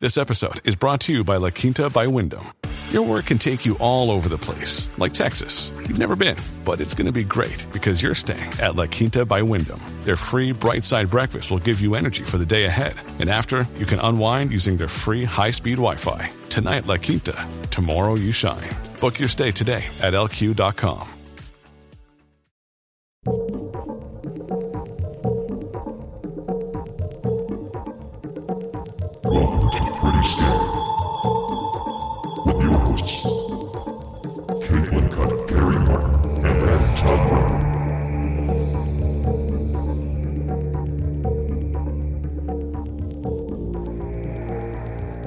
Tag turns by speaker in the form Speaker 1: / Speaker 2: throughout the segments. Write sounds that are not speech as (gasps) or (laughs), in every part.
Speaker 1: This episode is brought to you by La Quinta by Wyndham. Your work can take you all over the place, like Texas. You've never been, but it's going to be great because you're staying at La Quinta by Wyndham. Their free bright side breakfast will give you energy for the day ahead. And after, you can unwind using their free high speed Wi Fi. Tonight, La Quinta. Tomorrow, you shine. Book your stay today at lq.com.
Speaker 2: Welcome to Pretty Scary with your hosts, Caitlin Cutt, Gary Martin, and Matt Todd Martin.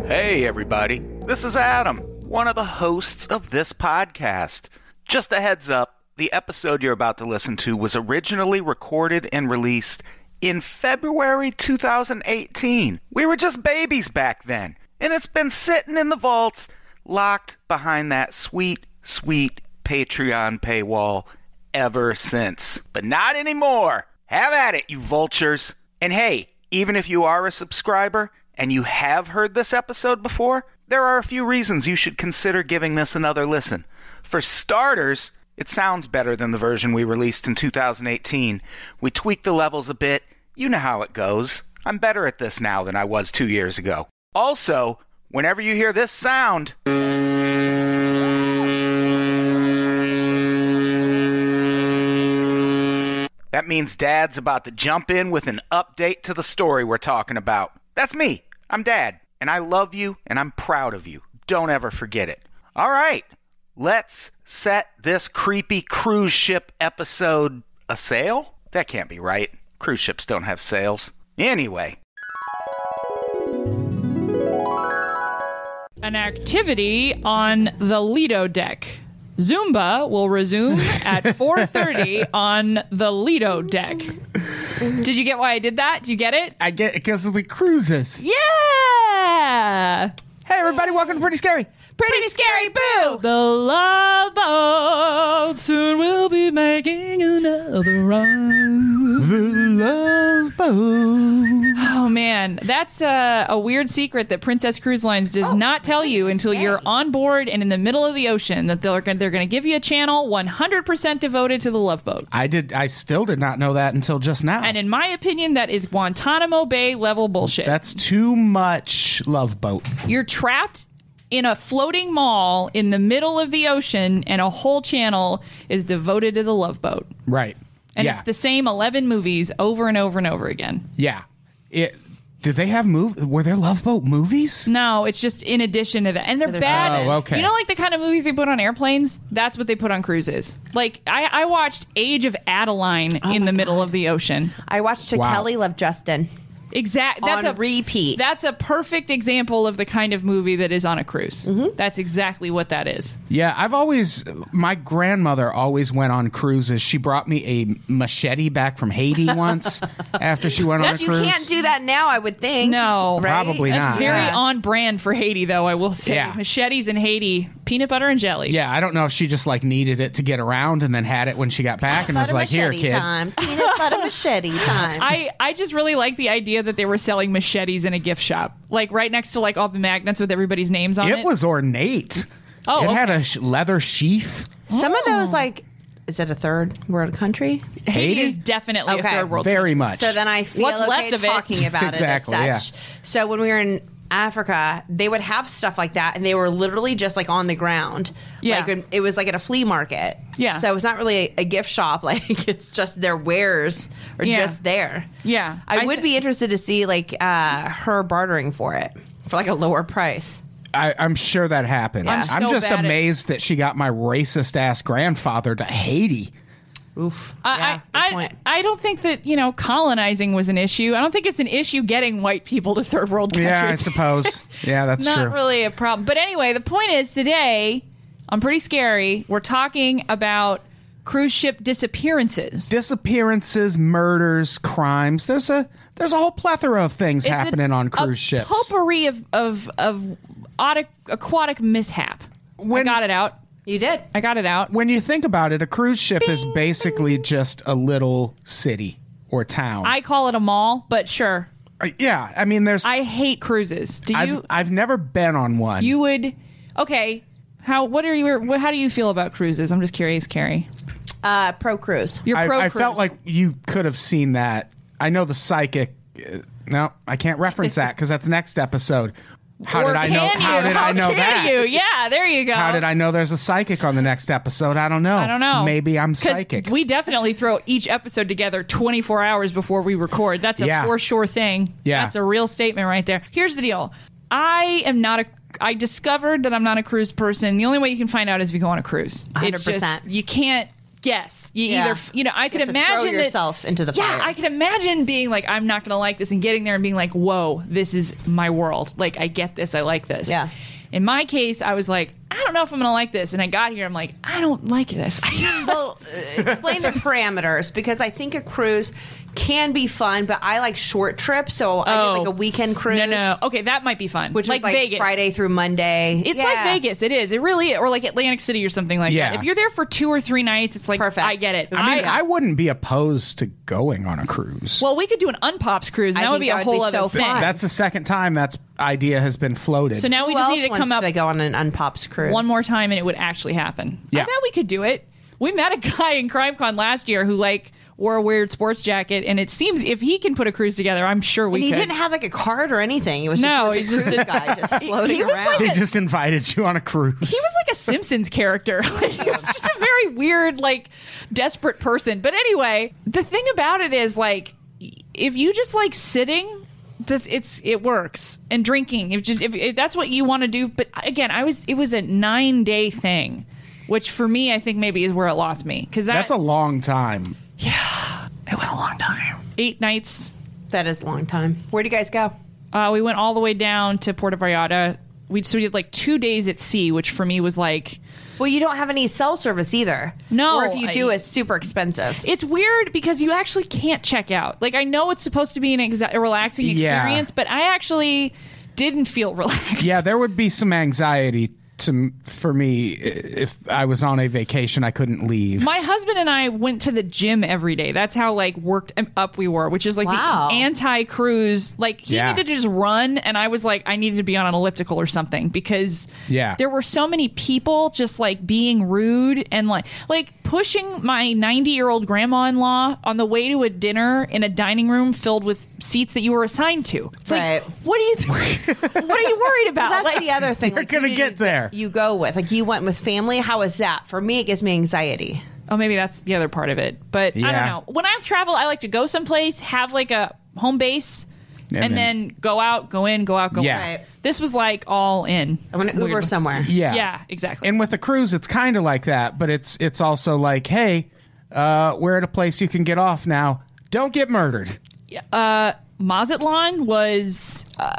Speaker 3: Hey, everybody. This is Adam, one of the hosts of this podcast. Just a heads up the episode you're about to listen to was originally recorded and released in February 2018. We were just babies back then, and it's been sitting in the vaults, locked behind that sweet, sweet Patreon paywall ever since. But not anymore. Have at it, you vultures. And hey, even if you are a subscriber and you have heard this episode before, there are a few reasons you should consider giving this another listen. For starters, it sounds better than the version we released in 2018. We tweaked the levels a bit. You know how it goes. I'm better at this now than I was two years ago. Also, whenever you hear this sound, That means Dad's about to jump in with an update to the story we're talking about. That's me. I'm Dad, and I love you, and I'm proud of you. Don't ever forget it. All right, let's set this creepy cruise ship episode a sail? That can't be right. Cruise ships don't have sails. Anyway,
Speaker 4: an activity on the Lido deck. Zumba will resume at (laughs) 4:30 on the Lido deck. Did you get why I did that? Do you get it?
Speaker 5: I get because of the cruises.
Speaker 4: Yeah.
Speaker 5: Hey, everybody, welcome to Pretty Scary.
Speaker 4: Pretty, scary, boo. The love boat soon will be making another run.
Speaker 5: The Love Boat.
Speaker 4: Oh man, that's uh, a, a weird secret that Princess Cruise Lines does not tell you until you're on board and in the middle of the ocean that they're gonna, they're going to give you a channel 100% devoted to the love boat.
Speaker 5: I did. I still did not know that until just now.
Speaker 4: And in my opinion, that is Guantanamo Bay level bullshit.
Speaker 5: That's too much Love Boat.
Speaker 4: you're trapped in a floating mall in the middle of the ocean, and a whole channel is devoted to the love boat.
Speaker 5: Right.
Speaker 4: And
Speaker 5: yeah.
Speaker 4: it's the same 11 movies over and over and over again.
Speaker 5: yeah. It. Did they have move? Were there Love Boat movies?
Speaker 4: No, it's just in addition to that. And they're bad.
Speaker 5: Oh, okay.
Speaker 4: You know, like the kind of movies they put on airplanes? That's what they put on cruises. Like, I, I watched Age of Adeline
Speaker 5: Oh
Speaker 4: in the middle of the ocean.
Speaker 6: I watched To
Speaker 5: Wow.
Speaker 6: Kelly Love Justin
Speaker 4: Exactly. That's
Speaker 6: on
Speaker 4: a
Speaker 6: repeat.
Speaker 4: That's a perfect example of the kind of movie that is on a cruise.
Speaker 5: Mm-hmm.
Speaker 4: That's exactly what that is.
Speaker 5: Yeah, I've always. My grandmother always went on cruises. She brought me a machete back from
Speaker 4: (laughs)
Speaker 5: Haiti once after she went on a
Speaker 6: you
Speaker 5: cruise.
Speaker 6: can't do that now, I would think.
Speaker 4: No,
Speaker 5: Probably
Speaker 4: That's
Speaker 5: not.
Speaker 4: very
Speaker 6: Yeah.
Speaker 4: on brand for Haiti, though. I will say,
Speaker 5: Yeah.
Speaker 4: machetes in Haiti, peanut butter and jelly.
Speaker 5: yeah, I don't know if she just like needed it to get around and then had it when she got back and was
Speaker 6: Butter
Speaker 5: like, "Here,
Speaker 6: machete
Speaker 5: kid."
Speaker 6: time. Peanut butter (laughs) machete time.
Speaker 4: I, I just really like the idea that they were selling machetes in a gift shop, like right next to like all the magnets with everybody's names on it.
Speaker 5: It was ornate.
Speaker 4: Oh,
Speaker 5: it had
Speaker 4: okay.
Speaker 5: a sh- leather sheath.
Speaker 6: Some of
Speaker 4: Oh.
Speaker 6: those, like, is it a third world country?
Speaker 4: Haiti
Speaker 5: Haiti?
Speaker 4: is definitely
Speaker 6: Okay.
Speaker 4: a third world.
Speaker 5: Very
Speaker 4: country.
Speaker 5: much.
Speaker 6: So then I feel
Speaker 4: What's
Speaker 6: okay
Speaker 4: left of it.
Speaker 6: talking about
Speaker 5: Exactly,
Speaker 6: it
Speaker 5: yeah.
Speaker 6: as such. So when we were in Africa, they would have stuff like that, and they were literally just like on the ground.
Speaker 4: Yeah.
Speaker 6: like, it was like at a flea market.
Speaker 4: Yeah.
Speaker 6: so it's not really a, a gift shop. (laughs) Like it's just their wares are
Speaker 4: Yeah.
Speaker 6: just there.
Speaker 4: Yeah.
Speaker 6: I,
Speaker 4: I
Speaker 6: would
Speaker 4: thi-
Speaker 6: be interested to see like uh, her bartering for it for like a lower price.
Speaker 5: I, I'm sure that happened.
Speaker 4: I'm
Speaker 5: I'm,
Speaker 4: so
Speaker 5: just
Speaker 4: bad at-
Speaker 5: amazed that she got my racist ass grandfather to Haiti.
Speaker 6: Oof.
Speaker 4: I,
Speaker 6: Yeah,
Speaker 4: I,
Speaker 6: good point.
Speaker 4: I, I don't think that you know colonizing was an issue. I don't think it's an issue getting white people to third world countries.
Speaker 5: Yeah,
Speaker 4: (laughs)
Speaker 5: I suppose. yeah, that's
Speaker 4: not
Speaker 5: true.
Speaker 4: really a problem. But anyway, the point is today, I'm pretty scary. We're talking about cruise ship disappearances.
Speaker 5: Disappearances, murders, crimes. There's a there's a whole plethora of things
Speaker 4: It's a-
Speaker 5: happening on
Speaker 4: a
Speaker 5: cruise ships.
Speaker 4: Potpourri of of of autic, aquatic mishap. I
Speaker 5: When-
Speaker 4: got it out.
Speaker 6: you did.
Speaker 4: I got it out.
Speaker 5: when you think about it, a cruise ship is basically just a little city or town.
Speaker 4: I call it a mall, but sure.
Speaker 5: Uh, yeah, I mean, there's.
Speaker 4: I hate cruises. Do
Speaker 5: I've,
Speaker 4: you?
Speaker 5: I've never been on one.
Speaker 4: you would. Okay. How? What are you? What, how do you feel about cruises? I'm just curious, Carrie.
Speaker 6: Uh, pro cruise.
Speaker 4: You're
Speaker 5: I,
Speaker 4: pro.
Speaker 5: I
Speaker 4: cruise.
Speaker 5: felt like you could have seen that. I know the psychic. uh, No, I can't reference that because that's next episode. How
Speaker 4: Or
Speaker 5: did I know?
Speaker 4: can
Speaker 5: How
Speaker 4: you?
Speaker 5: did I know
Speaker 4: can
Speaker 5: that?
Speaker 4: You? Yeah, there you go.
Speaker 5: How did I know there's a psychic on the next episode? I don't know.
Speaker 4: I don't know.
Speaker 5: Maybe I'm
Speaker 4: 'Cause
Speaker 5: psychic.
Speaker 4: We definitely throw each episode together 24 hours before we record. That's a
Speaker 5: Yeah.
Speaker 4: for sure thing.
Speaker 5: Yeah.
Speaker 4: That's a real statement right there. Here's the deal I am not a. I discovered that I'm not a cruise person. The only way you can find out is if you go on a cruise. It's just
Speaker 6: 100%.
Speaker 4: you can't guess. You
Speaker 6: Yeah.
Speaker 4: either f- you know I could
Speaker 6: have to throw
Speaker 4: imagine that-
Speaker 6: yourself into the
Speaker 4: yeah.
Speaker 6: fire.
Speaker 4: I could imagine being like I'm not gonna like this and getting there and being like whoa this is my world. Like I get this. I like this.
Speaker 6: Yeah.
Speaker 4: In my case, I was like I don't know if I'm gonna like this, and I got here. I'm like I don't like this. (laughs)
Speaker 6: well, uh, explain the parameters because I think a cruise can be fun, but I like short trips, so I
Speaker 4: Oh.
Speaker 6: did like a weekend cruise.
Speaker 4: No, no. Okay, that might be fun.
Speaker 6: which
Speaker 4: like,
Speaker 6: was like
Speaker 4: Vegas.
Speaker 6: Friday through Monday.
Speaker 4: It's
Speaker 6: Yeah.
Speaker 4: like Vegas. It is. It really is. Or like Atlantic City or something like
Speaker 5: Yeah.
Speaker 4: that. If you're there for two or three nights, it's like,
Speaker 6: Perfect.
Speaker 4: I get it.
Speaker 5: I mean, I wouldn't be opposed to going on a cruise.
Speaker 4: well, we could do an unpops cruise. And
Speaker 6: I
Speaker 4: that would
Speaker 6: think
Speaker 4: be a
Speaker 6: that would
Speaker 4: whole other
Speaker 6: be so
Speaker 4: thing.
Speaker 6: fun.
Speaker 5: that's the second time that's idea has been floated.
Speaker 4: so now we
Speaker 6: Who
Speaker 4: just
Speaker 6: else
Speaker 4: need to
Speaker 6: wants
Speaker 4: come up
Speaker 6: to go on an unpops cruise.
Speaker 4: one more time and it would actually happen.
Speaker 5: Yeah.
Speaker 4: I bet we could do it. We met a guy in CrimeCon last year who like wore a weird sports jacket, and it seems if he can put a cruise together, I'm sure we
Speaker 6: And he
Speaker 4: could.
Speaker 6: didn't have like a card or anything. It was
Speaker 4: No,
Speaker 6: just,
Speaker 4: he
Speaker 6: he was a
Speaker 4: just (laughs)
Speaker 6: cruise guy just floating
Speaker 4: he was like
Speaker 6: around.
Speaker 5: they just invited you on a cruise.
Speaker 4: he was like a Simpsons character. (laughs) Like, he was just a very weird, like, desperate person. But anyway, the thing about it is, like, if you just like sitting, that it's it works and drinking. If just if, if that's what you want to do, but again, I was it was a nine day thing, which for me, I think maybe is where it lost me because that,
Speaker 5: that's a long time.
Speaker 4: it was a long time. Eight nights
Speaker 6: that is a long time. Where do you guys go?
Speaker 4: Uh, we went all the way down to Puerto Vallarta. We so we did like two days at sea, which for me was like
Speaker 6: Well, you don't have any cell service either.
Speaker 4: No,
Speaker 6: or if you do,
Speaker 4: I-
Speaker 6: it's super expensive.
Speaker 4: it's weird because you actually can't check out. Like I know it's supposed to be an exa- a relaxing
Speaker 5: Yeah.
Speaker 4: experience, but I actually didn't feel (laughs) relaxed.
Speaker 5: Yeah, there would be some anxiety to for me i- if I was on a vacation I couldn't leave.
Speaker 4: My husband and I went to the gym every day. That's how like worked up we were, which is like
Speaker 6: Wow.
Speaker 4: the anti cruise. Like he
Speaker 5: Yeah.
Speaker 4: needed to just run, and I was like, I needed to be on an elliptical or something because
Speaker 5: Yeah.
Speaker 4: there were so many people just like being rude and like like pushing my ninety year old grandma in law on the way to a dinner in a dining room filled with seats that you were assigned to. It's
Speaker 6: Right.
Speaker 4: like what do you (laughs) what are you worried about?
Speaker 6: That's
Speaker 4: like,
Speaker 6: the other thing. You're
Speaker 5: gonna get there.
Speaker 6: You go with like you went with family. How is that? For me, it gives me anxiety.
Speaker 4: Oh, maybe that's the other part of it. But I don't
Speaker 5: Yeah.
Speaker 4: know. When I travel, I like to go someplace, have like a home base, and,
Speaker 5: And
Speaker 4: then,
Speaker 5: then-
Speaker 4: go out, go in, go out, go
Speaker 5: Yeah.
Speaker 4: in.
Speaker 6: Right.
Speaker 4: This was like all in.
Speaker 6: I want to Uber
Speaker 4: Weird.
Speaker 6: somewhere.
Speaker 5: yeah.
Speaker 4: Yeah, exactly.
Speaker 5: And with a cruise it's kind of like that, but it's it's also like, hey, uh we're at a place you can get off now. Don't get murdered.
Speaker 4: Mazatlan was. Uh,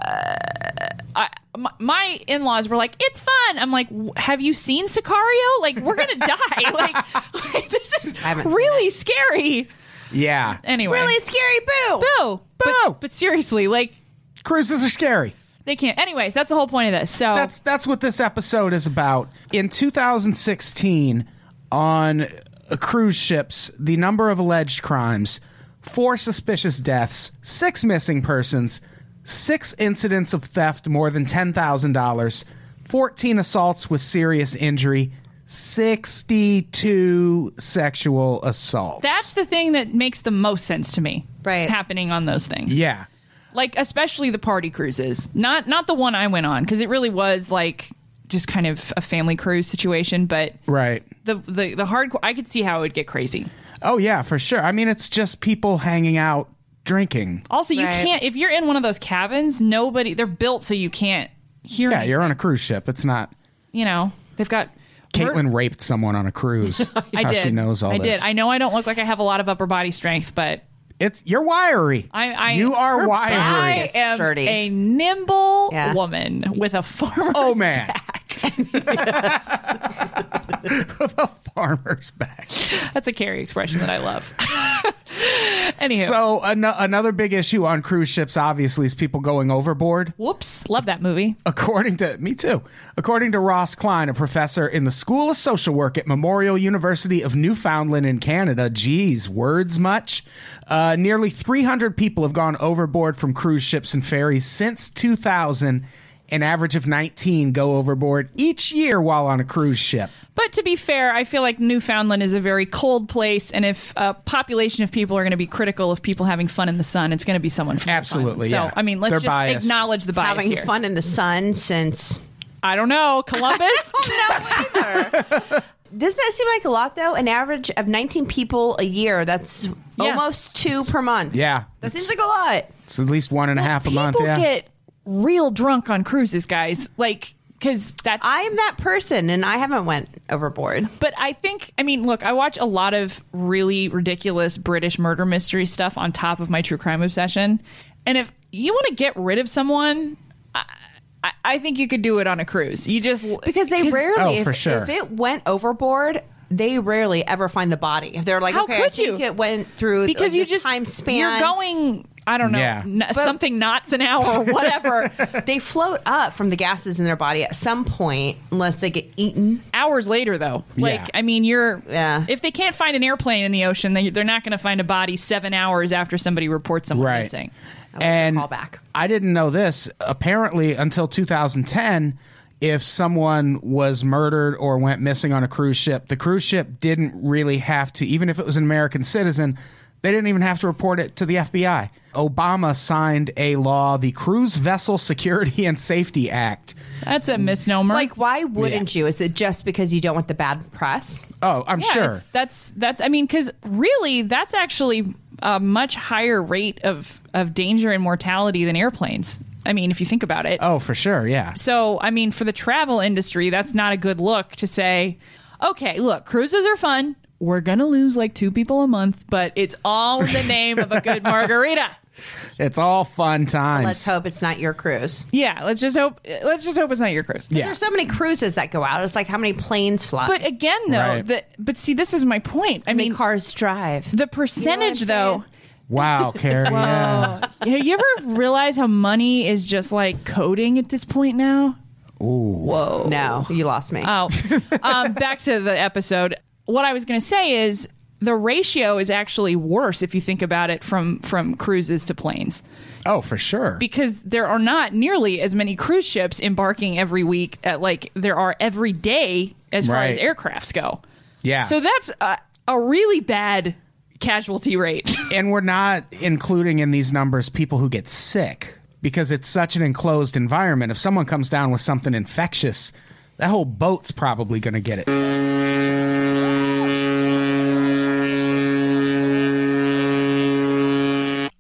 Speaker 4: I, my, my in-laws were like, "It's fun." I'm like, "W- "Have you seen Sicario? Like, we're
Speaker 5: (laughs)
Speaker 4: gonna die. like, like, (laughs) this is
Speaker 6: haven't seen
Speaker 4: really scary."
Speaker 5: Yeah.
Speaker 4: Anyway,
Speaker 6: Really scary. Boo.
Speaker 4: boo, But,
Speaker 5: Boo!
Speaker 4: but seriously, like,
Speaker 5: Cruises are scary.
Speaker 4: they can't. Anyways, that's the whole point of this. So
Speaker 5: That's that's what this episode is about. In 2016, on uh, cruise ships, the number of alleged crimes, four suspicious deaths, six missing persons, six incidents of theft more than ten thousand dollars, fourteen assaults with serious injury, sixty-two sexual assaults.
Speaker 4: That's the thing that makes the most sense to me.
Speaker 6: Right.
Speaker 4: Happening on those things.
Speaker 5: yeah.
Speaker 4: Like especially the party cruises. Not not the one I went on cuz it really was like just kind of a family cruise situation, but
Speaker 5: Right.
Speaker 4: the the the hardcore I could see how it would get crazy.
Speaker 5: Oh yeah, for sure. I mean, it's just people hanging out drinking.
Speaker 4: Also, you
Speaker 6: Right.
Speaker 4: can't if you're in one of those cabins, nobody they're built so you can't hear
Speaker 5: Yeah,
Speaker 4: any-
Speaker 5: you're on a cruise ship. It's not
Speaker 4: you know, they've got
Speaker 5: Caitlin raped someone on a cruise. That's
Speaker 4: (laughs) I
Speaker 5: how
Speaker 4: did.
Speaker 5: she knows all
Speaker 4: I did.
Speaker 5: this.
Speaker 4: I know I don't look like I have a lot of upper body strength, but
Speaker 5: It's you're wiry.
Speaker 4: I, I
Speaker 5: you are wiry.
Speaker 4: I
Speaker 6: It's
Speaker 4: am
Speaker 6: sturdy.
Speaker 4: a nimble
Speaker 6: Yeah.
Speaker 4: woman with a farmer's
Speaker 5: oh man. (laughs) the farmer's back. (laughs)
Speaker 4: That's a Carrie expression that I love. Anywho,
Speaker 5: So an- another big issue on cruise ships, obviously, is people going overboard.
Speaker 4: whoops, love that movie.
Speaker 5: According to me too. According to Ross Klein, a professor in the School of Social Work at Memorial University of Newfoundland in Canada. Geez, words much. Uh, nearly 300 people have gone overboard from cruise ships and ferries since 2000. An average of 19 go overboard each year while on a cruise ship.
Speaker 4: But to be fair, I feel like Newfoundland is a very cold place, and if a population of people are going to be critical of people having fun in the sun, it's going to be someone from
Speaker 5: Absolutely,
Speaker 4: Newfoundland.
Speaker 5: yeah.
Speaker 4: So I mean, let's
Speaker 5: They're
Speaker 4: just
Speaker 5: biased.
Speaker 4: acknowledge the bias
Speaker 6: having
Speaker 4: here.
Speaker 6: fun in the sun since
Speaker 4: I don't know,
Speaker 6: (laughs)
Speaker 4: Columbus.
Speaker 6: Doesn't that seem like a lot though? An average of 19 people a year. That's almost two per month.
Speaker 5: Yeah.
Speaker 6: That seems like a lot.
Speaker 5: It's at least one and a half
Speaker 4: people
Speaker 5: a month. Yeah.
Speaker 4: get real drunk on cruises, guys. Like, because that's
Speaker 6: I'm that person and I haven't went overboard.
Speaker 4: But I think, I mean, look, I watch a lot of really ridiculous British murder mystery stuff on top of my true crime obsession. And if you want to get rid of someone, I, I, I think you could do it on a cruise. You just
Speaker 6: Because they rarely
Speaker 5: Oh,
Speaker 6: if,
Speaker 5: for sure.
Speaker 6: if it went overboard, they rarely ever find the body. If they're like,
Speaker 4: How
Speaker 6: okay, I
Speaker 4: could
Speaker 6: think
Speaker 4: you?
Speaker 6: it went through
Speaker 4: because
Speaker 6: like,
Speaker 4: you
Speaker 6: this
Speaker 4: just
Speaker 6: time span.
Speaker 4: You're going. I don't know
Speaker 5: Yeah.
Speaker 4: n- something knots an hour or
Speaker 6: (laughs)
Speaker 4: whatever.
Speaker 6: They float up from the gases in their body at some point, unless they get eaten.
Speaker 4: Hours later, though, like
Speaker 5: Yeah.
Speaker 4: I mean, you're
Speaker 6: Yeah.
Speaker 4: if they can't find an airplane in the ocean, they, they're not going to find a body seven hours after somebody reports someone
Speaker 5: Right.
Speaker 4: missing.
Speaker 5: and
Speaker 6: call back.
Speaker 5: I didn't know this. Apparently, until 2010, if someone was murdered or went missing on a cruise ship, the cruise ship didn't really have to, even if it was an American citizen, they didn't even have to report it to the FBI. Obama signed a law, the Cruise Vessel Security and Safety Act.
Speaker 4: That's a misnomer.
Speaker 6: Like, why wouldn't you? Is it just because you don't want the bad press?
Speaker 5: Oh, I'm
Speaker 4: Yeah,
Speaker 5: sure.
Speaker 4: it's- that's that's. I mean, because really, that's actually a much higher rate of of danger and mortality than airplanes. I mean, if you think about it.
Speaker 5: Oh, for sure. Yeah.
Speaker 4: So, I mean, for the travel industry, that's not a good look to say, okay, look, cruises are fun. We're gonna lose like two people a month, but it's all in the name of a
Speaker 5: (laughs)
Speaker 4: good margarita.
Speaker 5: It's all fun times.
Speaker 6: Let's hope it's not your cruise.
Speaker 4: Yeah, let's just hope. Let's just hope it's not your cruise.
Speaker 5: Yeah.
Speaker 6: There's so many cruises that go out. It's like how many planes fly.
Speaker 4: But again, though,
Speaker 5: Right.
Speaker 4: the, but see, this is my point. I
Speaker 6: I mean,
Speaker 4: mean,
Speaker 6: cars drive.
Speaker 4: the percentage,
Speaker 6: You know what I'm
Speaker 4: though.
Speaker 6: saying?
Speaker 5: Wow, Carrie. yeah.
Speaker 4: Have you ever realized how money is just like coding at this point now?
Speaker 6: No, you lost me.
Speaker 4: Oh, um, back to the episode. What I was going to say is the ratio is actually worse if you think about it from from cruises to planes
Speaker 5: Oh, for sure.
Speaker 4: because there are not nearly as many cruise ships embarking every week at like there are every day as far as
Speaker 5: Right.
Speaker 4: aircrafts go.
Speaker 5: yeah.
Speaker 4: So that's a, a really bad casualty rate.
Speaker 5: (laughs) and we're not including in these numbers people who get sick because it's such an enclosed environment. If someone comes down with something infectious, that whole boat's probably going to get it.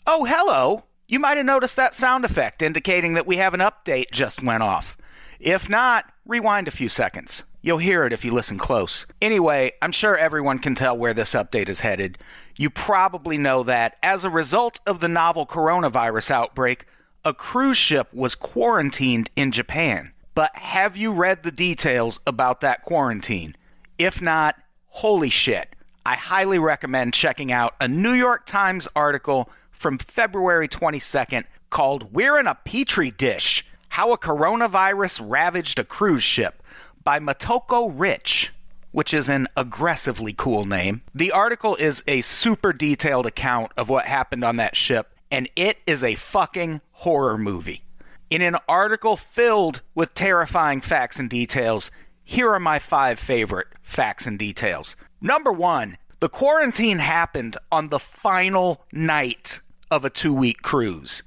Speaker 3: Oh, hello! You might have noticed that sound effect indicating that we have an update just went off. If not, rewind a few seconds. You'll hear it if you listen close. Anyway, I'm sure everyone can tell where this update is headed. You probably know that, as a result of the novel coronavirus outbreak, a cruise ship was quarantined in Japan. But have you read the details about that quarantine? If not, holy shit. I highly recommend checking out a New York Times article from February 22nd called We're in a Petri Dish How a Coronavirus Ravaged a Cruise Ship by Matoko Rich, which is an aggressively cool name. The article is a super detailed account of what happened on that ship, and it is a fucking horror movie. In an article filled with terrifying facts and details, here are my five favorite facts and details. Number one, the quarantine happened on the final night of a two week cruise.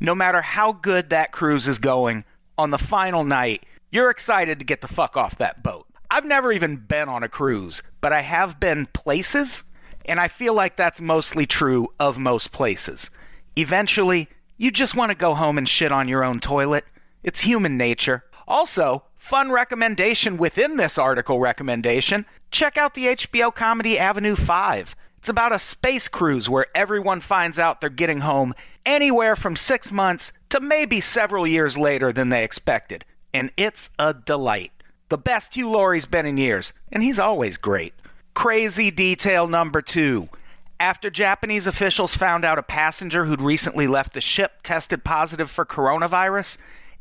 Speaker 3: No matter how good that cruise is going, on the final night, you're excited to get the fuck off that boat. I've never even been on a cruise, but I have been places, and I feel like that's mostly true of most places. Eventually, you just want to go home and shit on your own toilet. It's human nature. Also, fun recommendation within this article recommendation check out the HBO comedy Avenue 5. It's about a space cruise where everyone finds out they're getting home anywhere from six months to maybe several years later than they expected. And it's a delight. The best Hugh Laurie's been in years, and he's always great. Crazy detail number two. After Japanese officials found out a passenger who'd recently left the ship tested positive for coronavirus,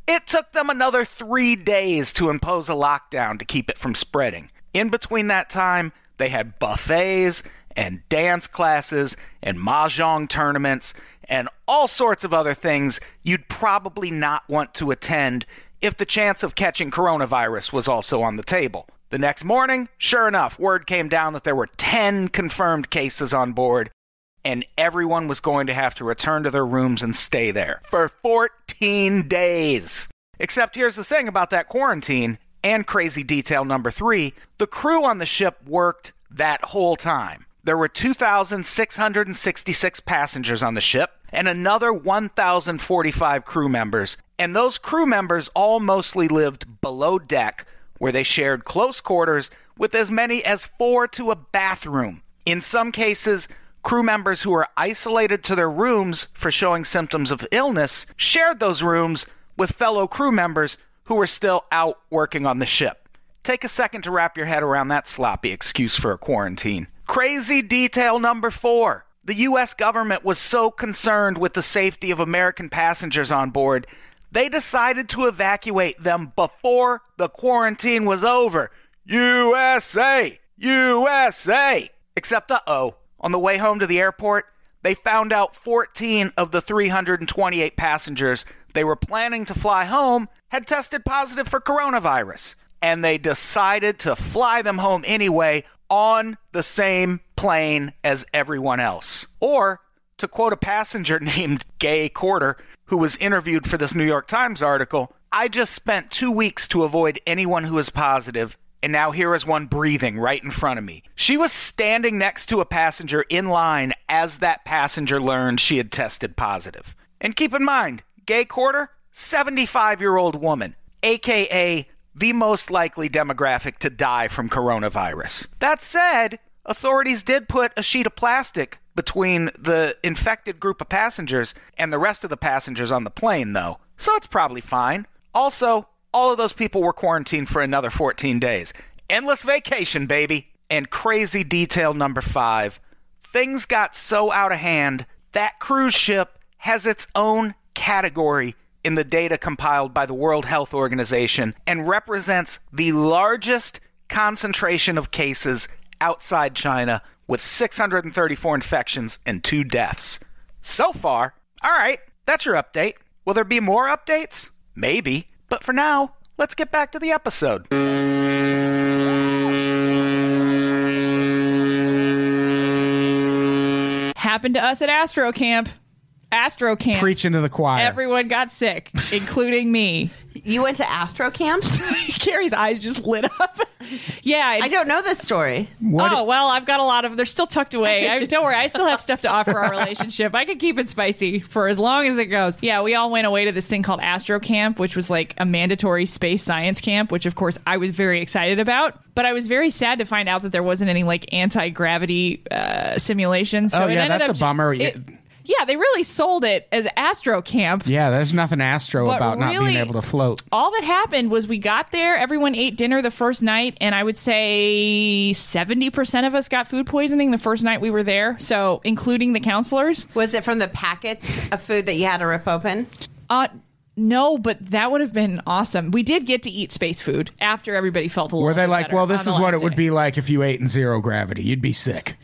Speaker 3: it took them another three days to impose a lockdown to keep it from spreading. In between that time, they had buffets and dance classes and mahjong tournaments and all sorts of other things you'd probably not want to attend if the chance of catching coronavirus was also on the table. The next morning, sure enough, word came down that there were 10 confirmed cases on board, and everyone was going to have to return to their rooms and stay there for 14 days. Except here's the thing about that quarantine and crazy detail number three the crew on the ship worked that whole time. There were 2,666 passengers on the ship and another 1,045 crew members, and those crew members all mostly lived below deck where they shared close quarters with as many as four to a bathroom. In some cases, crew members who were isolated to their rooms for showing symptoms of illness shared those rooms with fellow crew members who were still out working on the ship. Take a second to wrap your head around that sloppy excuse for a quarantine. Crazy detail number four. The U.S. government was so concerned with the safety of American passengers on board, they decided to evacuate them before the quarantine was over. USA! USA! Except, uh oh, on the way home to the airport, they found out 14 of the 328 passengers they were planning to fly home had tested positive for coronavirus. And they decided to fly them home anyway on the same plane as everyone else. Or, to quote a passenger (laughs) named Gay Corder, who was interviewed for this New York Times article, I just spent two weeks to avoid anyone who is positive and now here is one breathing right in front of me. She was standing next to a passenger in line as that passenger learned she had tested positive. And keep in mind, Gay Quarter, 75 year old woman, aka the most likely demographic to die from coronavirus. That said, authorities did put a sheet of plastic between the infected group of passengers and the rest of the passengers on the plane, though, so it's probably fine. Also, all of those people were quarantined for another 14 days. Endless vacation, baby. And crazy detail number five things got so out of hand that cruise ship has its own category in the data compiled by the World Health Organization and represents the largest concentration of cases outside China with 634 infections and two deaths. So far, all right, that's your update. Will there be more updates? Maybe. But for now, let's get back to the episode.
Speaker 4: Happened to us at Astro Camp. Astro Camp.
Speaker 5: Preaching to the choir.
Speaker 4: Everyone got sick, including me.
Speaker 6: You went to Astro camps?
Speaker 4: (laughs) Carrie's eyes just lit up. (laughs) yeah. it-
Speaker 6: I don't know this story.
Speaker 5: What-
Speaker 4: oh well, I've got a lot of. They're still tucked away. (laughs) I, don't worry, I still have stuff to offer our relationship. I can keep it spicy for as long as it goes. Yeah, we all went away to this thing called Astro Camp, which was like a mandatory space science camp, which of course I was very excited about. But I was very sad to find out that there wasn't any like anti gravity uh, simulations. So
Speaker 5: Oh,
Speaker 4: it
Speaker 5: yeah,
Speaker 4: ended
Speaker 5: that's
Speaker 4: up
Speaker 5: a bummer.
Speaker 4: it- yeah, they really sold it as Astro Camp.
Speaker 5: yeah, there's nothing astro
Speaker 4: But
Speaker 5: about not
Speaker 4: really-
Speaker 5: being able to float.
Speaker 4: all that happened was we got there, everyone ate dinner the first night, and I would say 70% of us got food poisoning the first night we were there. So, including the counselors.
Speaker 6: Was it from the packets of food that you had to rip open?
Speaker 4: Uh, no, but that would have been awesome. We did get to eat space food after everybody felt a little
Speaker 5: Were they
Speaker 4: bit
Speaker 5: like,
Speaker 4: better
Speaker 5: well, this
Speaker 4: on
Speaker 5: is
Speaker 4: the
Speaker 5: what
Speaker 4: last
Speaker 5: it would
Speaker 4: day.
Speaker 5: be like if you ate in zero gravity? You'd be sick.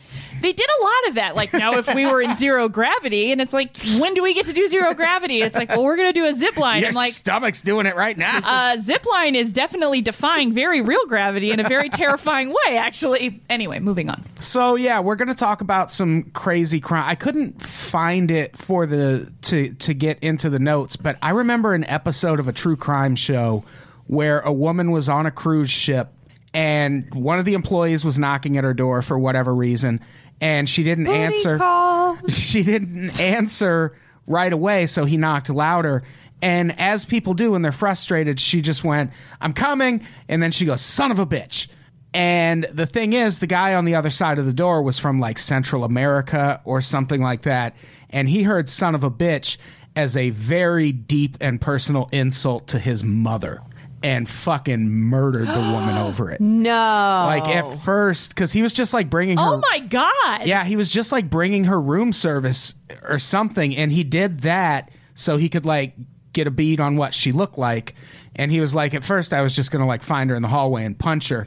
Speaker 4: They did a lot of that. Like, now if we were
Speaker 5: (laughs)
Speaker 4: in zero gravity, and it's like, when do we get to do zero gravity? It's like, well, we're going to do a zip line.
Speaker 5: Your
Speaker 4: I'm like,
Speaker 5: stomach's doing it right now.
Speaker 4: uh, zip line is definitely defying very real gravity in a
Speaker 5: (laughs)
Speaker 4: very terrifying way, actually. Anyway, moving on.
Speaker 5: So yeah, we're gonna talk about some crazy crime. I couldn't find it for the to to get into the notes, but I remember an episode of a true crime show where a woman was on a cruise ship and one of the employees was knocking at her door for whatever reason and she didn't answer
Speaker 6: call.
Speaker 5: (laughs) she didn't answer right away, so he knocked louder. And as people do when they're frustrated, she just went, I'm coming. And then she goes, son of a bitch. And the thing is, the guy on the other side of the door was from like Central America or something like that. And he heard son of a bitch as a very deep and personal insult to his mother. and fucking murdered the woman over it.
Speaker 6: No.
Speaker 5: Like at first, because he was just like bringing her.
Speaker 4: Oh my god!
Speaker 5: Yeah, he was just like bringing her room service or something, and he did that so he could like get a bead on what she looked like. And he was like, at first, I was just gonna like find her in the hallway and punch
Speaker 6: (gasps)
Speaker 5: her,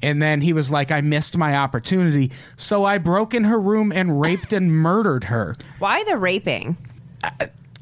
Speaker 5: and then he was like, I missed my opportunity, so I broke in her room and raped and murdered her
Speaker 6: Why the raping?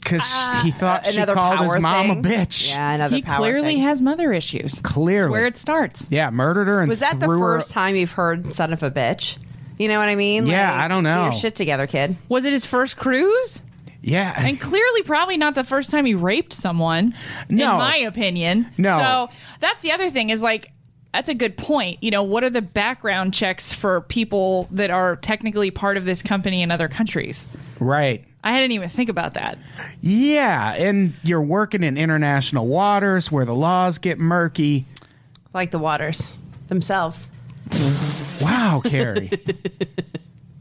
Speaker 5: because he thought she
Speaker 6: Ah, uh, Another
Speaker 5: called his
Speaker 6: power
Speaker 5: mom
Speaker 6: thing?
Speaker 5: a bitch.
Speaker 6: Yeah, another
Speaker 4: he
Speaker 6: power
Speaker 4: clearly
Speaker 6: thing.
Speaker 4: has mother issues.
Speaker 5: Clearly,
Speaker 4: That's where it starts.
Speaker 5: yeah, murdered her and
Speaker 6: Was that the
Speaker 5: threw her-
Speaker 6: first time you've heard "son of a bitch"? You know what I mean?
Speaker 5: Yeah,
Speaker 6: Like,
Speaker 5: I don't
Speaker 6: get
Speaker 5: know.
Speaker 6: Your shit together, kid.
Speaker 4: Was it his first cruise?
Speaker 5: Yeah,
Speaker 4: And clearly, probably not the first time he raped someone.
Speaker 5: No.
Speaker 4: in my opinion.
Speaker 5: No.
Speaker 4: So that's the other thing is like. That's a good point. You know, what are the background checks for people that are technically part of this company in other countries?
Speaker 5: (laughs) right.
Speaker 4: I didn't even think about that.
Speaker 5: Yeah, and you're working in international waters where the laws get murky.
Speaker 6: Like the waters themselves.
Speaker 5: Wow,
Speaker 4: (laughs)
Speaker 5: Carrie.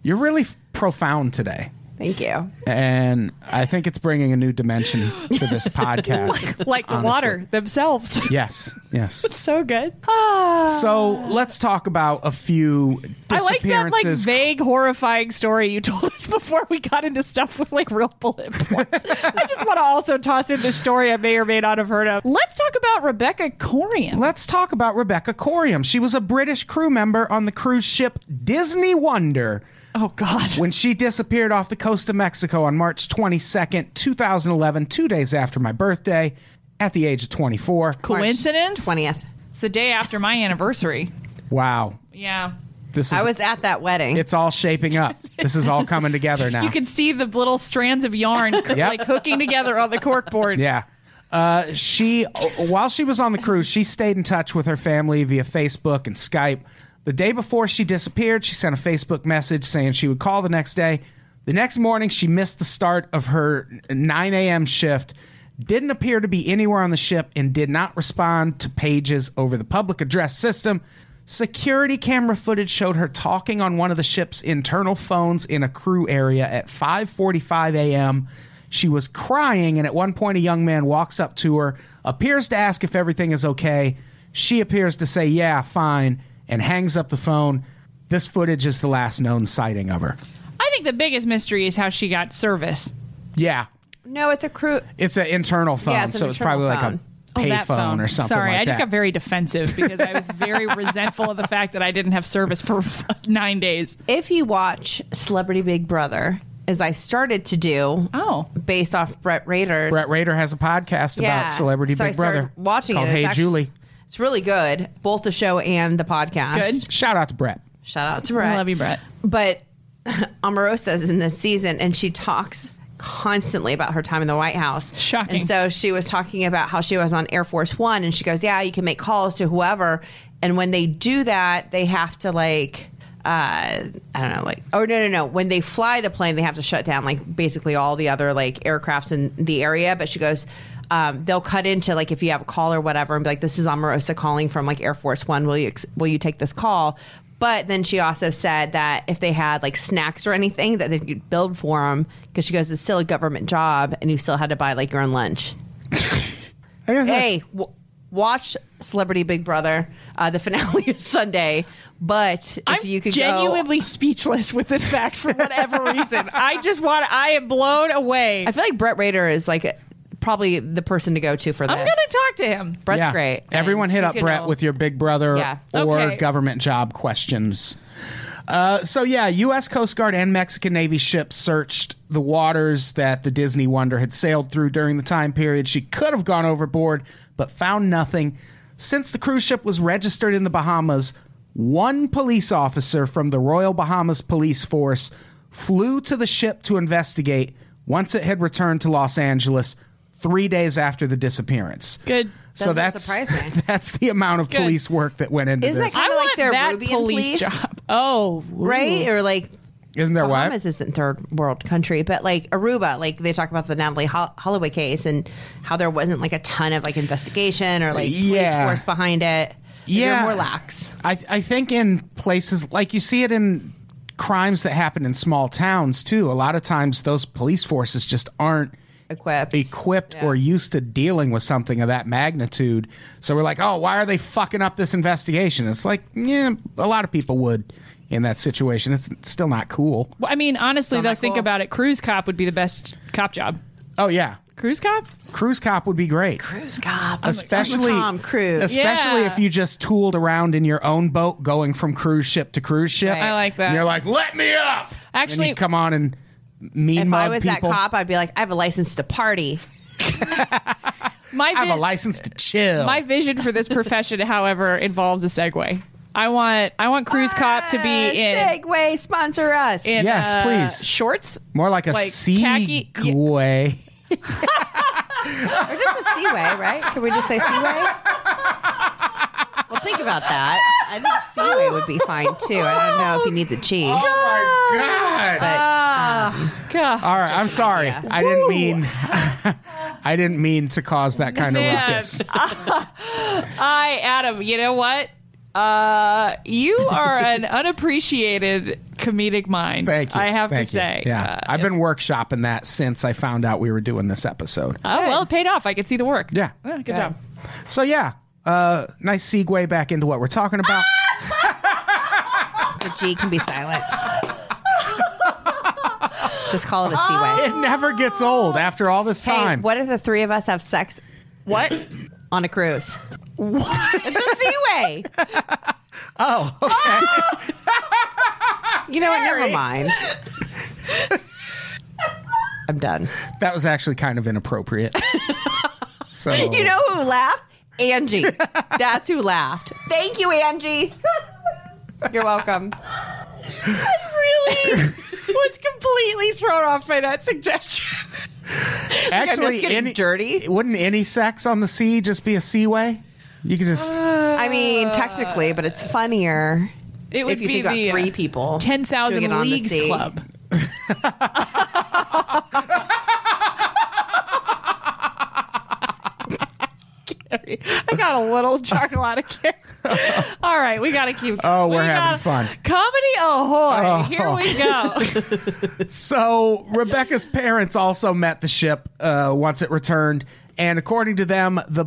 Speaker 5: You're really f- profound today.
Speaker 6: Thank you.
Speaker 5: And I think it's bringing a new dimension to
Speaker 4: (laughs)
Speaker 5: this
Speaker 4: Oh
Speaker 5: podcast.
Speaker 4: Like the
Speaker 5: honestly.
Speaker 4: water themselves. (laughs)
Speaker 5: Yes, yes.
Speaker 4: so good.
Speaker 5: So let's talk about a few
Speaker 4: Uh. I like that like
Speaker 5: disappearances.
Speaker 4: vague, horrifying story you told us (laughs) before we got into stuff with like real bullet points. (laughs) I just want to also toss in this story I may or may not have heard of. Let's talk about Rebecca Corian.
Speaker 5: Let's talk about Rebecca Corium. She was a British crew member on the cruise ship Disney Wonder
Speaker 4: oh God.
Speaker 5: when she disappeared off the coast of Mexico on March 22nd, 2011, two days after my birthday, at the age of 24.
Speaker 4: (laughs) Coincidence?
Speaker 6: Twentieth.
Speaker 4: It's the day after my anniversary.
Speaker 5: Wow.
Speaker 4: Yeah.
Speaker 5: This is
Speaker 6: I was at that wedding.
Speaker 5: it's all shaping up. This is all coming together
Speaker 4: (laughs)
Speaker 5: now.
Speaker 4: You can see the little strands of yarn (laughs) like hooking together on the corkboard.
Speaker 5: Yeah. Uh, she, while she was on the cruise, she stayed in touch with her family via Facebook and Skype. The day before she disappeared, she sent a Facebook message saying she would call the next day. The next morning, she missed the start of her 9 a.m. shift, didn't appear to be anywhere on the ship, and did not respond to pages over the public address system. Security camera footage showed her talking on one of the ship's internal phones in a crew area at 5:45 a.m. She was crying, and at one point, a young man walks up to her, appears to ask if everything is okay. She appears to say, Yeah, fine, and hangs up the phone. This footage is the last known sighting of her.
Speaker 4: I think the biggest mystery is how she got service.
Speaker 5: Yeah.
Speaker 6: no, it's a crew.
Speaker 5: It's an internal phone,
Speaker 6: Yeah, it's an
Speaker 5: so it's
Speaker 6: internal
Speaker 5: probably
Speaker 6: phone.
Speaker 5: like a Oh, payphone
Speaker 4: Oh, that phone
Speaker 5: or something
Speaker 4: Sorry,
Speaker 5: like
Speaker 4: I just
Speaker 5: that.
Speaker 4: got very defensive because I was very (laughs) resentful of the fact that I didn't have service for (laughs) nine days.
Speaker 6: If you watch Celebrity Big Brother, as I started to do,
Speaker 4: Oh,
Speaker 6: based off Brett Rader's
Speaker 5: Brett Rader has a podcast
Speaker 6: Yeah.
Speaker 5: about Celebrity
Speaker 6: So I
Speaker 5: Big Brother.
Speaker 6: started watching it.
Speaker 5: called
Speaker 6: It's
Speaker 5: Hey
Speaker 6: actu-
Speaker 5: Julie.
Speaker 6: It's really good, both the show and the podcast.
Speaker 4: Good.
Speaker 5: Shout out to Brett.
Speaker 6: Shout out to Brett.
Speaker 4: I love you, Brett.
Speaker 6: But (laughs) Omarosa is in this season, and she talks constantly about her time in the White House.
Speaker 4: Shocking.
Speaker 6: And so she was talking about how she was on Air Force One, and she goes, "Yeah, you can make calls to whoever, and when they do that, they have to like." Uh, I don't know, like, oh no, no, no. When they fly the plane, they have to shut down like basically all the other like aircrafts in the area. But she goes, um, they'll cut into like if you have a call or whatever, and be like, "This is Omarosa calling from like Air Force One. Will you ex- will you take this call?" But then she also said that if they had like snacks or anything, that they could build for them because she goes, "It's still a government job, and you still had to buy like your own lunch."
Speaker 5: I guess that's-
Speaker 6: hey, w- watch Celebrity Big Brother. Uh, the (laughs) finale is Sunday, but if
Speaker 4: I'm
Speaker 6: you could go,
Speaker 4: genuinely speechless with this fact for whatever
Speaker 6: (laughs)
Speaker 4: reason. I just want. I am blown away.
Speaker 6: I feel like Brett Rader is like probably the person to go to for this.
Speaker 4: I'm gonna talk to him.
Speaker 6: Brett's
Speaker 5: Yeah.
Speaker 6: great.
Speaker 5: Everyone hit
Speaker 6: He's
Speaker 5: up
Speaker 6: gonna
Speaker 5: Brett
Speaker 6: know.
Speaker 5: with your big brother
Speaker 6: Yeah.
Speaker 5: or
Speaker 4: Okay.
Speaker 5: government job questions. Uh, so yeah, U.S. Coast Guard and Mexican Navy ships searched the waters that the Disney Wonder had sailed through during the time period she could have gone overboard, but found nothing. Since the cruise ship was registered in the Bahamas, one police officer from the Royal Bahamas Police Force flew to the ship to investigate. Once it had returned to Los Angeles, three days after the disappearance.
Speaker 4: Good.
Speaker 5: So
Speaker 6: Doesn't
Speaker 5: that's
Speaker 6: surprise me.
Speaker 5: (laughs) that's the amount of
Speaker 4: Good.
Speaker 5: police work that went into
Speaker 6: Isn't
Speaker 5: this.
Speaker 6: that
Speaker 4: I
Speaker 6: Kinda like
Speaker 4: want
Speaker 6: their
Speaker 4: that
Speaker 6: Ruby and
Speaker 4: police
Speaker 6: Police.
Speaker 4: job. (laughs) Oh, ooh.
Speaker 6: right or like
Speaker 5: Isn't there what?
Speaker 6: Bahamas isn't third world country, but like Aruba, like they talk about the Natalie Hol- Holloway case and how there wasn't like a ton of like investigation or like
Speaker 5: Yeah.
Speaker 6: police force behind it.
Speaker 5: Yeah.
Speaker 6: They're more lax.
Speaker 5: I I think in places like you see it in crimes that happen in small towns too. A lot of times those police forces just aren't
Speaker 6: equipped.
Speaker 5: equipped or used to dealing with something of that magnitude. So we're like, oh, why are they fucking up this investigation? It's like, yeah, a lot of people would in that situation. It's still not cool.
Speaker 4: Well, I mean, honestly,
Speaker 6: Sound
Speaker 4: though,
Speaker 6: like
Speaker 4: think
Speaker 6: cool.
Speaker 4: about it. Cruise cop would be the best cop job.
Speaker 5: Oh yeah,
Speaker 4: Cruise cop?
Speaker 5: cruise cop would be great,
Speaker 6: Cruise cop.
Speaker 5: especially
Speaker 6: Tom Cruise.
Speaker 5: Especially
Speaker 4: Yeah.
Speaker 5: if you just tooled around in your own boat, going from cruise ship to cruise ship.
Speaker 6: Right. I
Speaker 4: like that.
Speaker 5: And you're like, let me up. And
Speaker 4: Actually-
Speaker 5: you come on and mean
Speaker 6: If I
Speaker 5: mug
Speaker 6: was that
Speaker 5: people.
Speaker 6: cop, I'd be like, I have a license to party.
Speaker 4: My
Speaker 5: I have
Speaker 4: vi-
Speaker 5: a license to chill.
Speaker 4: my vision for (laughs) this profession, however, involves a segue. I want I want cruise cop to be in,
Speaker 6: Ah, Segway sponsor us.
Speaker 4: in,
Speaker 5: Yes,
Speaker 4: uh,
Speaker 5: please.
Speaker 4: shorts.
Speaker 5: More like a
Speaker 4: like
Speaker 5: sea
Speaker 4: khaki- (laughs)
Speaker 5: way.
Speaker 6: or just a Seaway, right? Can we just say Seaway? Well, think about that. I think Seaway would be fine too. I don't know if you need the G,
Speaker 5: Oh my god.
Speaker 6: but
Speaker 4: God.
Speaker 5: All right, I'm sorry. I didn't mean. (laughs) I didn't mean to cause that kind
Speaker 4: Man.
Speaker 5: of ruckus.
Speaker 4: I Adam, you know what? Uh, you are
Speaker 5: (laughs)
Speaker 4: an unappreciated comedic mind.
Speaker 5: Thank you.
Speaker 4: I have
Speaker 5: Thank
Speaker 4: to
Speaker 5: you.
Speaker 4: say.
Speaker 5: yeah,
Speaker 4: Uh,
Speaker 5: I've been workshopping that since I found out we were doing this episode.
Speaker 4: oh well, it paid off. I could see the work. Ah,
Speaker 5: Yeah.
Speaker 4: good job.
Speaker 5: So yeah, uh, nice segue back into what we're talking about.
Speaker 6: the G can be silent. Just call it a Seaway.
Speaker 5: It never gets old after all this
Speaker 6: Hey,
Speaker 5: time.
Speaker 6: what if the three of us have sex
Speaker 4: What?
Speaker 6: on a cruise? What? Oh, It's a (laughs) Seaway. Oh, okay. you know what? Never mind. I'm done.
Speaker 5: That was actually kind of
Speaker 6: (laughs)
Speaker 5: inappropriate. so
Speaker 6: You know who laughed? Angie. That's who laughed. Thank you, Angie. You're welcome.
Speaker 5: (laughs)
Speaker 4: really (laughs) was completely thrown off by that suggestion.
Speaker 6: I'm just
Speaker 5: actually,
Speaker 6: getting
Speaker 5: any,
Speaker 6: dirty.
Speaker 5: wouldn't any sex on the sea just be a seaway? You could just.
Speaker 6: I mean, technically, but it's funnier
Speaker 4: It would
Speaker 6: if you
Speaker 4: be
Speaker 6: think about
Speaker 4: the uh,
Speaker 6: three people.
Speaker 4: ten
Speaker 6: doing
Speaker 4: thousand
Speaker 6: it on the
Speaker 4: leagues
Speaker 6: sea.
Speaker 4: club. I got a little chocolate kick. All right, we got to keep.
Speaker 5: Oh, we're
Speaker 4: we
Speaker 5: having
Speaker 4: gotta-
Speaker 5: fun.
Speaker 4: Comedy ahoy!
Speaker 6: Oh.
Speaker 4: Here we go.
Speaker 6: (laughs)
Speaker 5: So Rebecca's parents also met the ship uh, once it returned, and according to them, the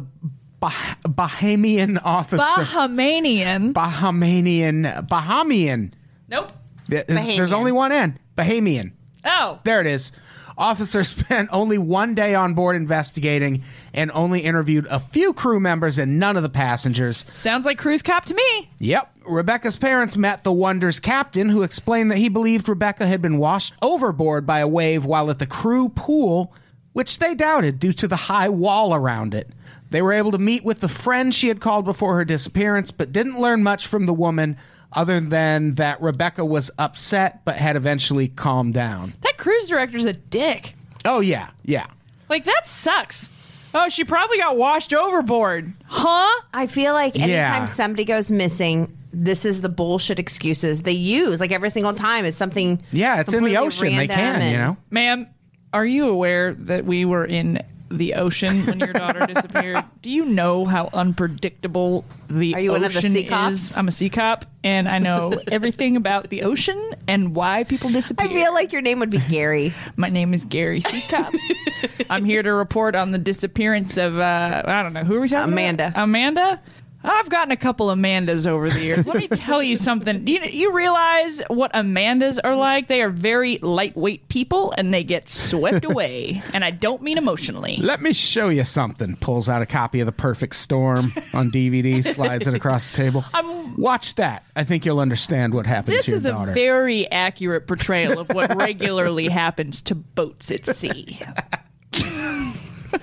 Speaker 5: bah- Bahamian officer,
Speaker 4: Bahamanian.
Speaker 5: Bahamian, Bahamian.
Speaker 4: nope.
Speaker 5: Th- There's only one N. Bahamian.
Speaker 4: Oh,
Speaker 5: There it is. Officer (laughs) spent only one day on board investigating, and only interviewed a few crew members and none of the passengers.
Speaker 4: sounds like cruise cop to me.
Speaker 5: Yep. Rebecca's parents met the Wonder's captain, who explained that he believed Rebecca had been washed overboard by a wave while at the crew pool, which they doubted due to the high wall around it. They were able to meet with the friend she had called before her disappearance, but didn't learn much from the woman other than that Rebecca was upset but had eventually calmed down.
Speaker 4: That cruise director's a dick.
Speaker 5: Oh, yeah. Yeah.
Speaker 4: Like that sucks. Oh, she probably got washed overboard, huh?
Speaker 6: I feel like anytime
Speaker 5: Yeah.
Speaker 6: somebody goes missing, this is the bullshit excuses they use. Like every single time, it's something.
Speaker 5: Yeah, it's in the
Speaker 6: completely
Speaker 5: ocean. They can,
Speaker 6: random
Speaker 5: you
Speaker 6: and-
Speaker 5: know?
Speaker 4: Ma'am, are you aware that we were in the ocean when your daughter
Speaker 6: (laughs)
Speaker 4: disappeared? Do you know how unpredictable the
Speaker 6: Are you
Speaker 4: ocean
Speaker 6: one of the sea cops?
Speaker 4: is? I'm a sea cop, and I know everything about the ocean and why people
Speaker 6: I
Speaker 4: disappear.
Speaker 6: feel like your name would be Gary.
Speaker 4: My name is Gary
Speaker 5: (laughs)
Speaker 4: Sea Cop. I'm here to report on the disappearance of uh, I don't know who are we talking
Speaker 6: Amanda.
Speaker 4: about? Amanda. I've gotten a couple Amandas over the years. Let me tell you something. Do you, you realize what Amandas are like? They are very lightweight people, and they get swept
Speaker 5: (laughs)
Speaker 4: away. And I don't mean emotionally.
Speaker 5: Let me show you something. Pulls out a copy of The
Speaker 4: (laughs)
Speaker 5: Perfect Storm on DVD, slides it across the table. Watch that. I think you'll understand what happened
Speaker 4: This
Speaker 5: to your
Speaker 4: is
Speaker 5: daughter.
Speaker 4: a very accurate portrayal of
Speaker 5: (laughs)
Speaker 4: what regularly happens to boats at sea.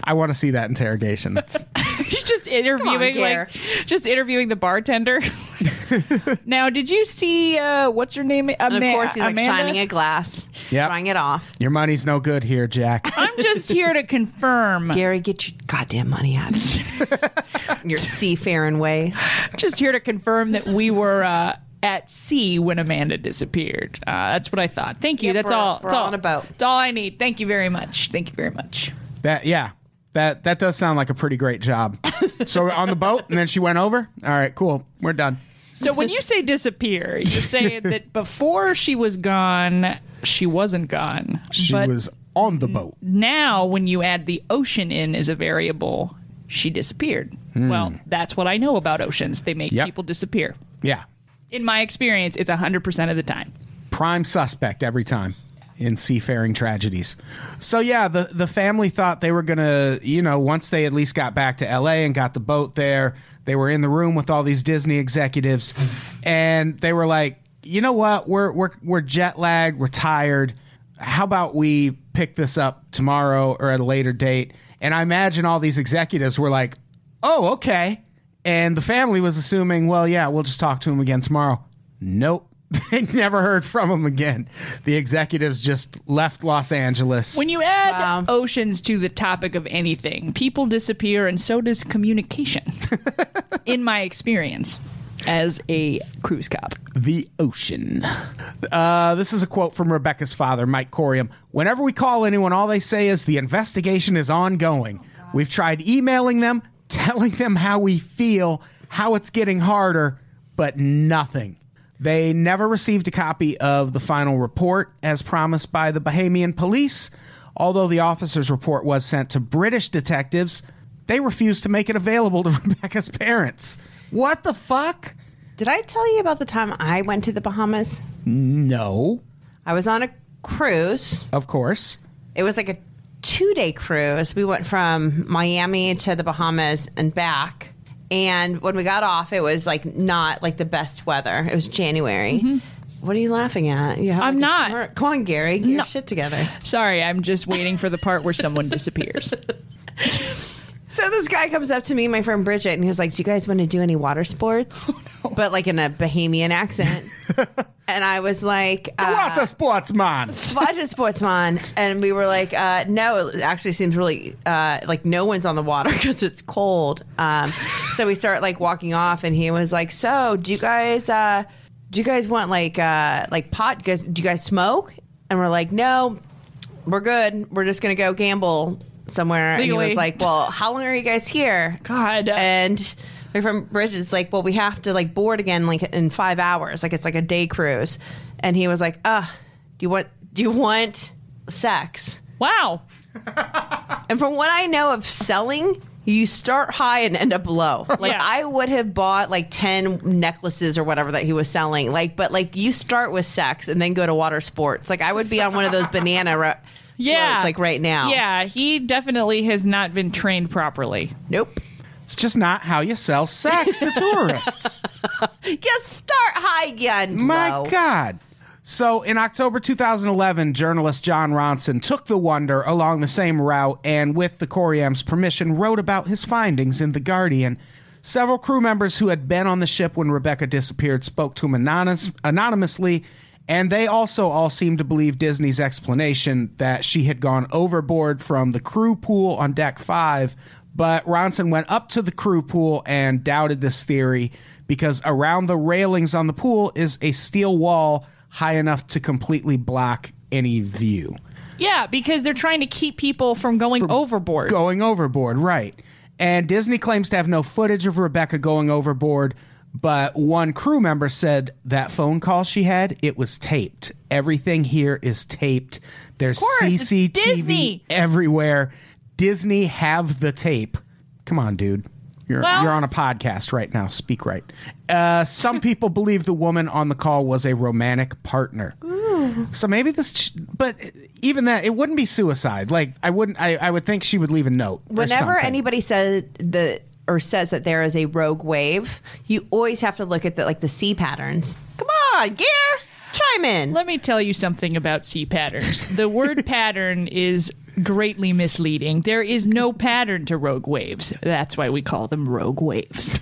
Speaker 5: I want to see
Speaker 4: (laughs)
Speaker 5: that interrogation. That's-
Speaker 4: She's just interviewing,
Speaker 6: Gare.
Speaker 4: like, just interviewing the
Speaker 6: (laughs)
Speaker 4: bartender. now, did you see uh, what's her name?
Speaker 6: And of course, he's like
Speaker 4: Amanda?
Speaker 6: shining a glass,
Speaker 5: Yep.
Speaker 6: trying it off.
Speaker 5: your money's no good here,
Speaker 4: (laughs)
Speaker 5: Jack.
Speaker 4: I'm just here to
Speaker 6: (laughs)
Speaker 4: confirm.
Speaker 6: Gary, get your goddamn money out of here. (laughs) your seafaring ways.
Speaker 4: Just here to confirm that we were uh, at sea when Amanda disappeared. Uh, that's what I thought. Thank you.
Speaker 6: Yep,
Speaker 4: that's
Speaker 6: we're-
Speaker 4: all.
Speaker 6: we're
Speaker 4: that's all
Speaker 6: on a boat.
Speaker 4: That's all I need. Thank you very much. Thank you very much.
Speaker 5: That yeah. That that does sound like a pretty great
Speaker 4: (laughs)
Speaker 5: job. So we're on the boat and then she went over. All right, cool. We're done.
Speaker 4: So when you say disappear,
Speaker 6: (laughs)
Speaker 4: you're saying that before she was gone, she wasn't gone.
Speaker 5: She
Speaker 4: but
Speaker 5: was on the boat.
Speaker 4: now when you add the ocean in as a variable, she disappeared. Well, that's what I know about oceans. They make
Speaker 5: Yep.
Speaker 4: people disappear.
Speaker 5: Yeah.
Speaker 4: In my experience, it's 100% of the time.
Speaker 5: prime suspect every time in seafaring tragedies. So yeah, the the family thought they were going to, you know, once they at least got back to LA and got the boat there, they were in the room with all these Disney executives and they were like, "You know what? We're we're we're jet lagged, we're tired. How about we pick this up tomorrow or at a later date?" And I imagine all these executives were like, "Oh, okay." And the family was assuming, "Well, yeah, we'll just talk to him again tomorrow." Nope. (laughs) They never heard from him again. The executives just left Los Angeles.
Speaker 4: When you add oceans to the topic of anything, people disappear and so does communication. in my experience as a cruise cop.
Speaker 5: the ocean. Uh, this is a quote from Rebecca's father, Mike Corium. Whenever we call anyone, all they say is the investigation is ongoing. We've tried emailing them, (laughs) telling them how we feel, how it's getting harder, but nothing. They never received a copy of the final report as promised by the Bahamian police. Although the officer's report was sent to British detectives, they refused to make it available to (laughs) Rebecca's parents. What the fuck?
Speaker 6: Did I tell you about the time I went to the Bahamas?
Speaker 5: No.
Speaker 6: I was on a cruise.
Speaker 5: Of course.
Speaker 6: It was like a two day cruise. We went from Miami to the Bahamas and back. And when we got off, it was like not like the best weather. It was January. What are you laughing at? You have,
Speaker 4: Mm-hmm. I'm
Speaker 6: like, a
Speaker 4: not.
Speaker 6: smirk. Come on, Gary, get your shit
Speaker 4: (laughs)
Speaker 6: together.
Speaker 4: Sorry, I'm just waiting for the part where someone
Speaker 6: (laughs)
Speaker 4: disappears.
Speaker 6: So this guy comes up to me, my friend Bridget, and he was like, "Do you guys want to do any
Speaker 4: (laughs)
Speaker 6: water sports?"
Speaker 4: Oh,
Speaker 6: But like in a Bahamian accent. and I was like, uh,
Speaker 5: What a sportsman!
Speaker 6: Water sportsman, and we were like, uh, no, it actually seems really uh, like no one's on the water (laughs) because it's cold. Um, so we start like walking off, and he was like, so do you guys uh, do you guys want like uh, like pot? Do you guys- do you guys smoke? And we're like, no, we're good. We're just gonna go gamble somewhere. And he
Speaker 4: Legally.
Speaker 6: was like, well, how long are you guys here?
Speaker 4: God.
Speaker 6: and my friend Bridget's like, well, we have to like board again like in five hours, like it's like a day cruise, and he was like, uh, do you want do you want sex?
Speaker 4: wow.
Speaker 6: And from what I know of selling, you start high and end
Speaker 4: (laughs)
Speaker 6: up low. Like
Speaker 4: Yeah.
Speaker 6: I would have bought like ten necklaces or whatever that he was selling. Like, but like you start with sex and then go to water sports. Like I would be on one
Speaker 4: (laughs)
Speaker 6: of those banana. Ro-
Speaker 4: Yeah.
Speaker 6: floats, like right now.
Speaker 4: Yeah, he definitely has not been trained properly.
Speaker 6: Nope.
Speaker 5: It's just not how you sell sex to tourists.
Speaker 6: Just start high again.
Speaker 5: My
Speaker 6: low.
Speaker 5: God. So in October 2011, journalist John Ronson took the Wonder along the same route and, with the Coriam's permission, wrote about his findings in The Guardian. Several crew members who had been on the ship when Rebecca disappeared spoke to him anonymous, anonymously, and they also all seemed to believe Disney's explanation that she had gone overboard from the crew pool on deck five. But Ronson went up to the crew pool and doubted this theory because around the railings on the pool is a steel wall high enough to completely block any view.
Speaker 4: Yeah, because they're trying to keep people from going overboard.
Speaker 5: Going overboard, right. And Disney claims to have no footage of Rebecca going overboard, but one crew member said that phone call she had, it was taped. Everything here is taped. There's
Speaker 4: course, it's
Speaker 5: CCTV
Speaker 4: Disney.
Speaker 5: everywhere. Disney have the tape. Come on, dude. You're,
Speaker 4: Well,
Speaker 5: you're on a
Speaker 4: it's-
Speaker 5: podcast right now. Speak right. Uh, some people believe the woman on the call was a romantic partner. So maybe this, ch- but even that, it wouldn't be suicide. Like I wouldn't, I, I would think she would leave a note. or
Speaker 6: whenever
Speaker 5: something.
Speaker 6: anybody says the or says that there is a rogue wave, you always have to look at the like the sea patterns. Come on, gear, chime in.
Speaker 4: Let me tell you something about sea patterns. The
Speaker 5: (laughs)
Speaker 4: word pattern is greatly misleading. There is no
Speaker 5: (laughs)
Speaker 4: pattern to rogue waves. That's why we call them rogue
Speaker 5: (laughs)
Speaker 4: waves.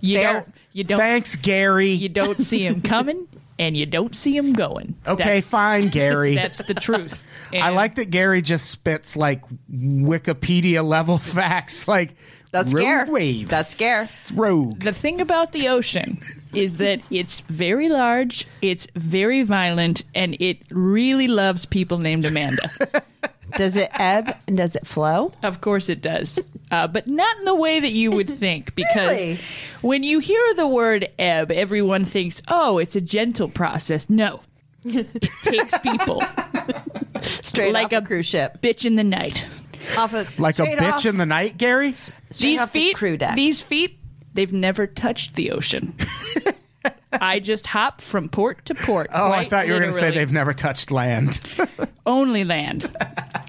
Speaker 4: You
Speaker 6: Fair.
Speaker 4: don't you don't
Speaker 5: thanks, Gary.
Speaker 4: you don't see
Speaker 5: (laughs)
Speaker 4: them coming and you don't see them going.
Speaker 5: okay,
Speaker 4: That's-
Speaker 6: (laughs)
Speaker 5: fine, Gary.
Speaker 4: That's the truth.
Speaker 5: (laughs) I
Speaker 4: And-
Speaker 5: like that Gary just spits like Wikipedia level (laughs) facts. Like
Speaker 6: That's
Speaker 5: road
Speaker 6: gear.
Speaker 5: wave.
Speaker 6: That's gear.
Speaker 5: It's rogue.
Speaker 4: the thing about the ocean is that it's very large, it's very violent, and it really loves people named Amanda.
Speaker 6: Does it ebb and does it flow?
Speaker 4: Of course it does. Uh, but not in the way that you
Speaker 6: (laughs)
Speaker 4: would think, because
Speaker 6: Really?
Speaker 4: when you hear the word ebb, everyone
Speaker 6: (laughs)
Speaker 4: thinks, oh, it's a gentle process. No, it takes people.
Speaker 6: straight
Speaker 4: Like
Speaker 6: off
Speaker 4: a-
Speaker 6: a cruise ship,
Speaker 4: Bitch in the night.
Speaker 6: off a,
Speaker 5: Like a
Speaker 6: straight
Speaker 5: bitch
Speaker 6: off-
Speaker 5: in the night, Gary?
Speaker 6: straight
Speaker 4: these
Speaker 6: off the
Speaker 4: feet,
Speaker 6: crew deck.
Speaker 4: these feet, they've never touched the
Speaker 6: (laughs)
Speaker 4: ocean. I just hop from port to port.
Speaker 5: Oh, I thought you were going to say
Speaker 4: they've.
Speaker 5: they've never touched land.
Speaker 4: only land.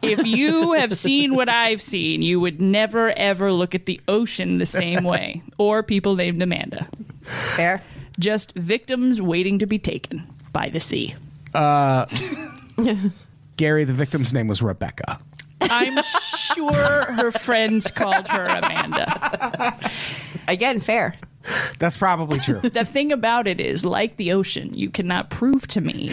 Speaker 4: if you have seen what I've seen, you would never ever look at the ocean the
Speaker 5: (laughs)
Speaker 4: same way, or people named Amanda.
Speaker 6: fair.
Speaker 4: Just victims waiting to be taken by the sea.
Speaker 5: Gary, the victim's name was Rebecca.
Speaker 4: I'm sure her friends called her Amanda.
Speaker 6: Again, fair.
Speaker 5: That's probably
Speaker 6: (laughs)
Speaker 5: true.
Speaker 4: The thing about it is, like the ocean, you cannot prove to me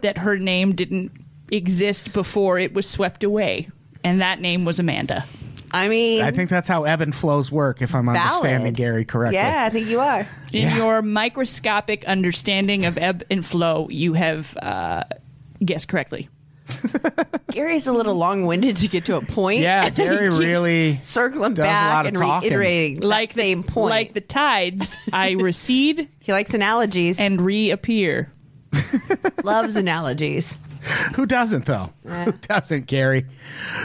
Speaker 4: that her name didn't exist before it was swept away. And that name was Amanda.
Speaker 6: I mean,
Speaker 5: I think that's how ebb and flows work, if I'm
Speaker 6: valid.
Speaker 5: understanding Gary correctly.
Speaker 6: Yeah, I think you are.
Speaker 4: in
Speaker 5: Yeah.
Speaker 4: your microscopic understanding of ebb and flow, you have uh, guessed correctly.
Speaker 6: Gary's a little long-winded to get to a point.
Speaker 5: Yeah,
Speaker 6: and then (laughs) he
Speaker 5: Gary
Speaker 6: keeps
Speaker 5: really
Speaker 6: circling
Speaker 5: does a
Speaker 6: back
Speaker 5: lot of
Speaker 6: and
Speaker 5: talking.
Speaker 6: reiterating like the same point.
Speaker 4: like the tides, I recede
Speaker 6: he likes analogies and
Speaker 4: and reappear.
Speaker 6: (laughs) loves analogies.
Speaker 5: Who doesn't though? Who doesn't, Gary?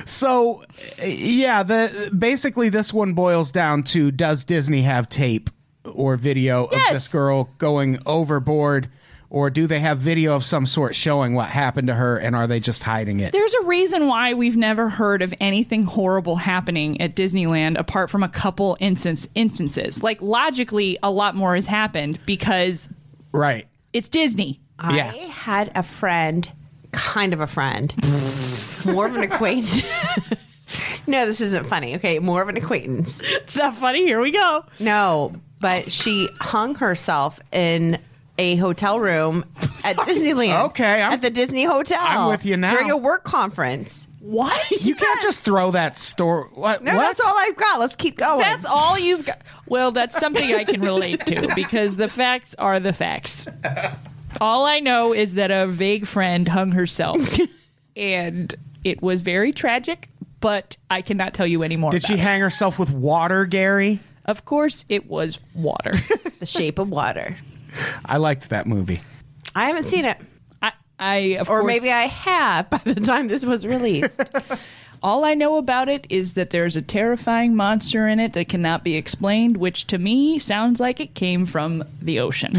Speaker 5: So, uh, yeah, the basically this one boils down to does Disney have tape or video
Speaker 4: Yes.
Speaker 5: of this girl going overboard or do they have video of some sort showing what happened to her and are they just hiding it?
Speaker 4: There's a reason why we've never heard of anything horrible happening at Disneyland apart from a couple instance, instances. Like, logically, a lot more has happened because
Speaker 5: right.
Speaker 4: it's Disney.
Speaker 5: Yeah.
Speaker 6: I had a friend, kind of a friend, more of an acquaintance. (laughs) no, this isn't funny. Okay, more of an acquaintance.
Speaker 4: It's not funny. Here we go.
Speaker 6: No, but she hung herself in a hotel room at Disneyland.
Speaker 5: Okay, I'm-
Speaker 6: at the Disney Hotel.
Speaker 5: I'm with you now.
Speaker 6: During a work conference. (laughs)
Speaker 4: What?
Speaker 5: You can't just throw that story. What?
Speaker 6: No,
Speaker 5: what?
Speaker 6: that's all I've got. Let's keep going.
Speaker 4: That's all you've got. Well, that's something I can relate
Speaker 6: (laughs)
Speaker 4: to because the facts are the facts. All I know is that a vague friend hung herself,
Speaker 6: (laughs)
Speaker 4: and it was very tragic. But I cannot tell you any more.
Speaker 5: Did she
Speaker 4: about it.
Speaker 5: hang herself with water, Gary?
Speaker 4: Of course, it was
Speaker 6: (laughs)
Speaker 4: water.
Speaker 6: The Shape of Water.
Speaker 5: I liked that movie.
Speaker 6: I haven't seen it.
Speaker 4: I, I of
Speaker 6: Or
Speaker 4: course,
Speaker 6: maybe I have (laughs) by the time this was released.
Speaker 4: all I know about it is that there's a terrifying monster in it that cannot be explained, which to me sounds like it came from the (laughs) ocean.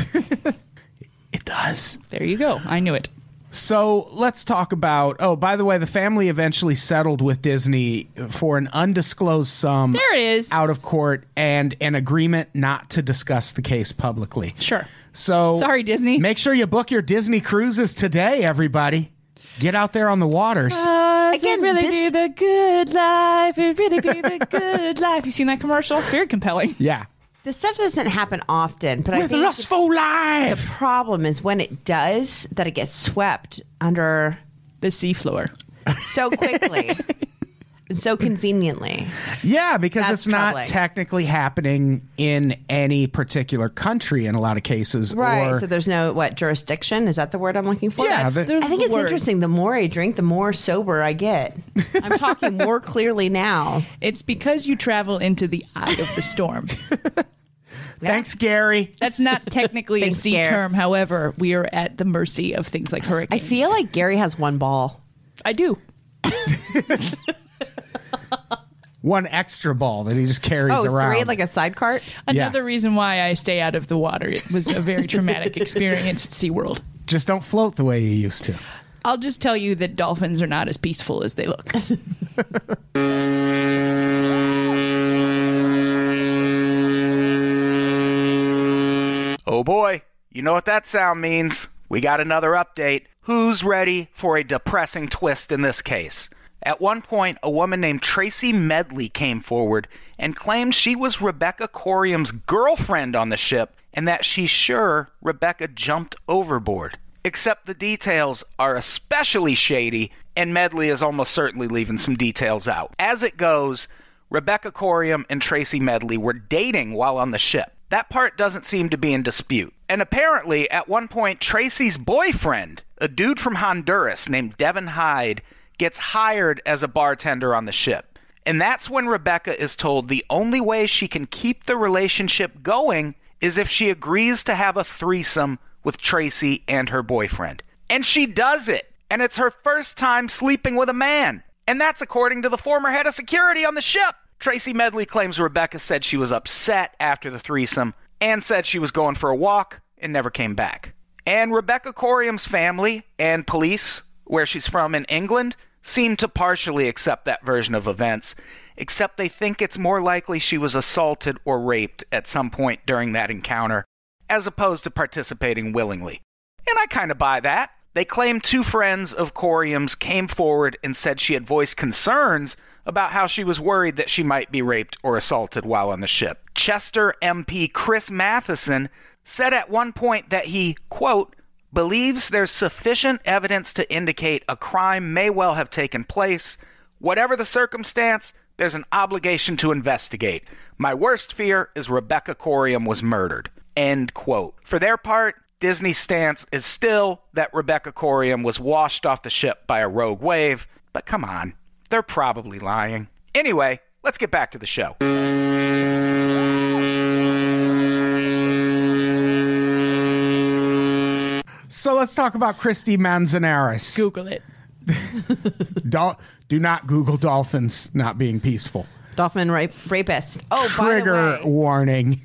Speaker 5: It does.
Speaker 4: there you go. I knew it.
Speaker 5: So let's talk about. Oh, by the way, the family eventually settled with Disney for an undisclosed sum.
Speaker 4: There it is.
Speaker 5: Out of court and an agreement not to discuss the case publicly.
Speaker 4: Sure.
Speaker 5: So
Speaker 4: Sorry, Disney.
Speaker 5: Make sure you book your Disney cruises today, everybody. Get out there on the waters.
Speaker 4: Uh, Again,
Speaker 6: Again,
Speaker 4: it really
Speaker 6: this-
Speaker 4: be the good life. It really be (laughs) the good life. You seen that commercial? It's very compelling.
Speaker 5: yeah.
Speaker 6: this stuff doesn't happen often, but I
Speaker 5: With
Speaker 6: think
Speaker 5: lustful
Speaker 6: the
Speaker 5: life.
Speaker 6: problem is when it does that it gets swept under
Speaker 4: (laughs) The seafloor.
Speaker 6: so (laughs) quickly and so conveniently.
Speaker 5: Yeah, because
Speaker 6: That's
Speaker 5: it's not
Speaker 6: troubling.
Speaker 5: technically happening in any particular country in a lot of cases. Or,
Speaker 6: so there's no what jurisdiction? Is that the word I'm looking for?
Speaker 5: Yeah,
Speaker 4: That's
Speaker 5: the-
Speaker 4: the
Speaker 6: I think it's
Speaker 4: word.
Speaker 6: interesting. The more I drink, the more sober I get. (laughs) I'm talking more clearly now.
Speaker 4: It's because you travel into the eye of the (laughs) storm.
Speaker 5: thanks, Gary.
Speaker 4: That's not technically a
Speaker 6: Thanks,
Speaker 4: sea
Speaker 6: Gare.
Speaker 4: term. However, we are at the mercy of things like
Speaker 6: I
Speaker 4: hurricanes.
Speaker 6: feel like Gary has one ball.
Speaker 4: I do.
Speaker 5: One extra ball that he just carries
Speaker 6: Oh,
Speaker 5: around.
Speaker 6: three like a side cart.
Speaker 4: Another reason why I stay out of the water. It was a very
Speaker 6: (laughs)
Speaker 4: traumatic experience at SeaWorld.
Speaker 5: just don't float the way you used to.
Speaker 4: I'll just tell you that dolphins are not as peaceful as they
Speaker 6: (laughs)
Speaker 4: look.
Speaker 3: Oh boy, you know what that sound means. We got another update. Who's ready for a depressing twist in this case? At one point, a woman named Tracy Medley came forward and claimed she was Rebecca Corium's girlfriend on the ship and that she's sure Rebecca jumped overboard. Except the details are especially shady, and Medley is almost certainly leaving some details out. As it goes, Rebecca Corium and Tracy Medley were dating while on the ship. That part doesn't seem to be in dispute. And apparently, at one point, Tracy's boyfriend, a dude from Honduras named Devin Hyde, gets hired as a bartender on the ship. And that's when Rebecca is told the only way she can keep the relationship going is if she agrees to have a threesome with Tracy and her boyfriend. And she does it. and it's her first time sleeping with a man. And that's according to the former head of security on the ship. Tracy Medley claims Rebecca said she was upset after the threesome and said she was going for a walk and never came back. And Rebecca Corium's family and police, where she's from in England, seem to partially accept that version of events, except they think it's more likely she was assaulted or raped at some point during that encounter, as opposed to participating willingly. And I kind of buy that. They claim two friends of Corium's came forward and said she had voiced concerns about how she was worried that she might be raped or assaulted while on the ship. Chester MP Chris Matheson said at one point that he, quote, believes there's sufficient evidence to indicate a crime may well have taken place. Whatever the circumstance, there's an obligation to investigate. My worst fear is Rebecca Corium was murdered. End quote. For their part, Disney's stance is still that Rebecca Corium was washed off the ship by a rogue wave, but come on, they're probably lying. Anyway, let's get back to the show.
Speaker 5: So let's talk about Christy Manzanares.
Speaker 4: Google it.
Speaker 5: Dol- do not Google dolphins not being peaceful.
Speaker 6: Dolphin rape, rapist. Oh, by
Speaker 5: Trigger
Speaker 6: the way,
Speaker 5: warning.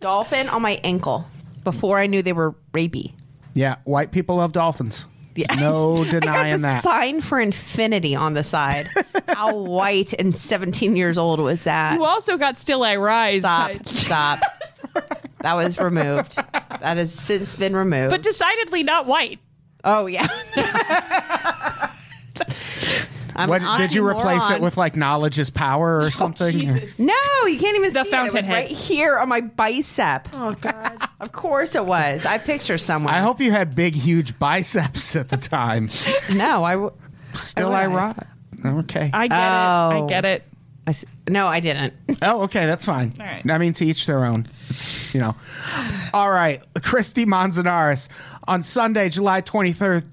Speaker 6: dolphin on my ankle before I knew they were rapey.
Speaker 5: Yeah, white people love dolphins.
Speaker 6: Yeah. (laughs)
Speaker 5: No
Speaker 6: I got
Speaker 5: denying
Speaker 6: the
Speaker 5: that.
Speaker 6: sign for infinity on the side.
Speaker 5: (laughs)
Speaker 6: How white and 17 years old was that?
Speaker 4: You also got Still I Rise.
Speaker 6: Stop.
Speaker 4: tied-
Speaker 6: Stop. that was removed. That has since been removed.
Speaker 4: But decidedly not white.
Speaker 5: (laughs)
Speaker 6: oh, yeah. I'm Oh,
Speaker 5: What,
Speaker 6: an
Speaker 5: did you replace it
Speaker 6: oxymoron.
Speaker 5: with like knowledge is power or something?
Speaker 4: Jesus.
Speaker 6: No, you can't even
Speaker 4: The
Speaker 6: see it. It was
Speaker 4: fountainhead.
Speaker 6: right here on my bicep.
Speaker 4: Oh, God.
Speaker 6: (laughs) Of course it was. I picture someone.
Speaker 5: I hope you had big, huge biceps at the
Speaker 6: (laughs)
Speaker 5: time.
Speaker 6: No, I. w-
Speaker 5: Still,
Speaker 6: I
Speaker 5: I
Speaker 6: would.
Speaker 5: rot. Okay.
Speaker 4: I get it. I
Speaker 6: Oh.
Speaker 4: get it.
Speaker 6: I s- no, I didn't.
Speaker 5: oh, okay. That's fine.
Speaker 4: All right.
Speaker 5: I mean, to each their own. It's, you know. All right. Christy Manzanares on Sunday, July 23rd,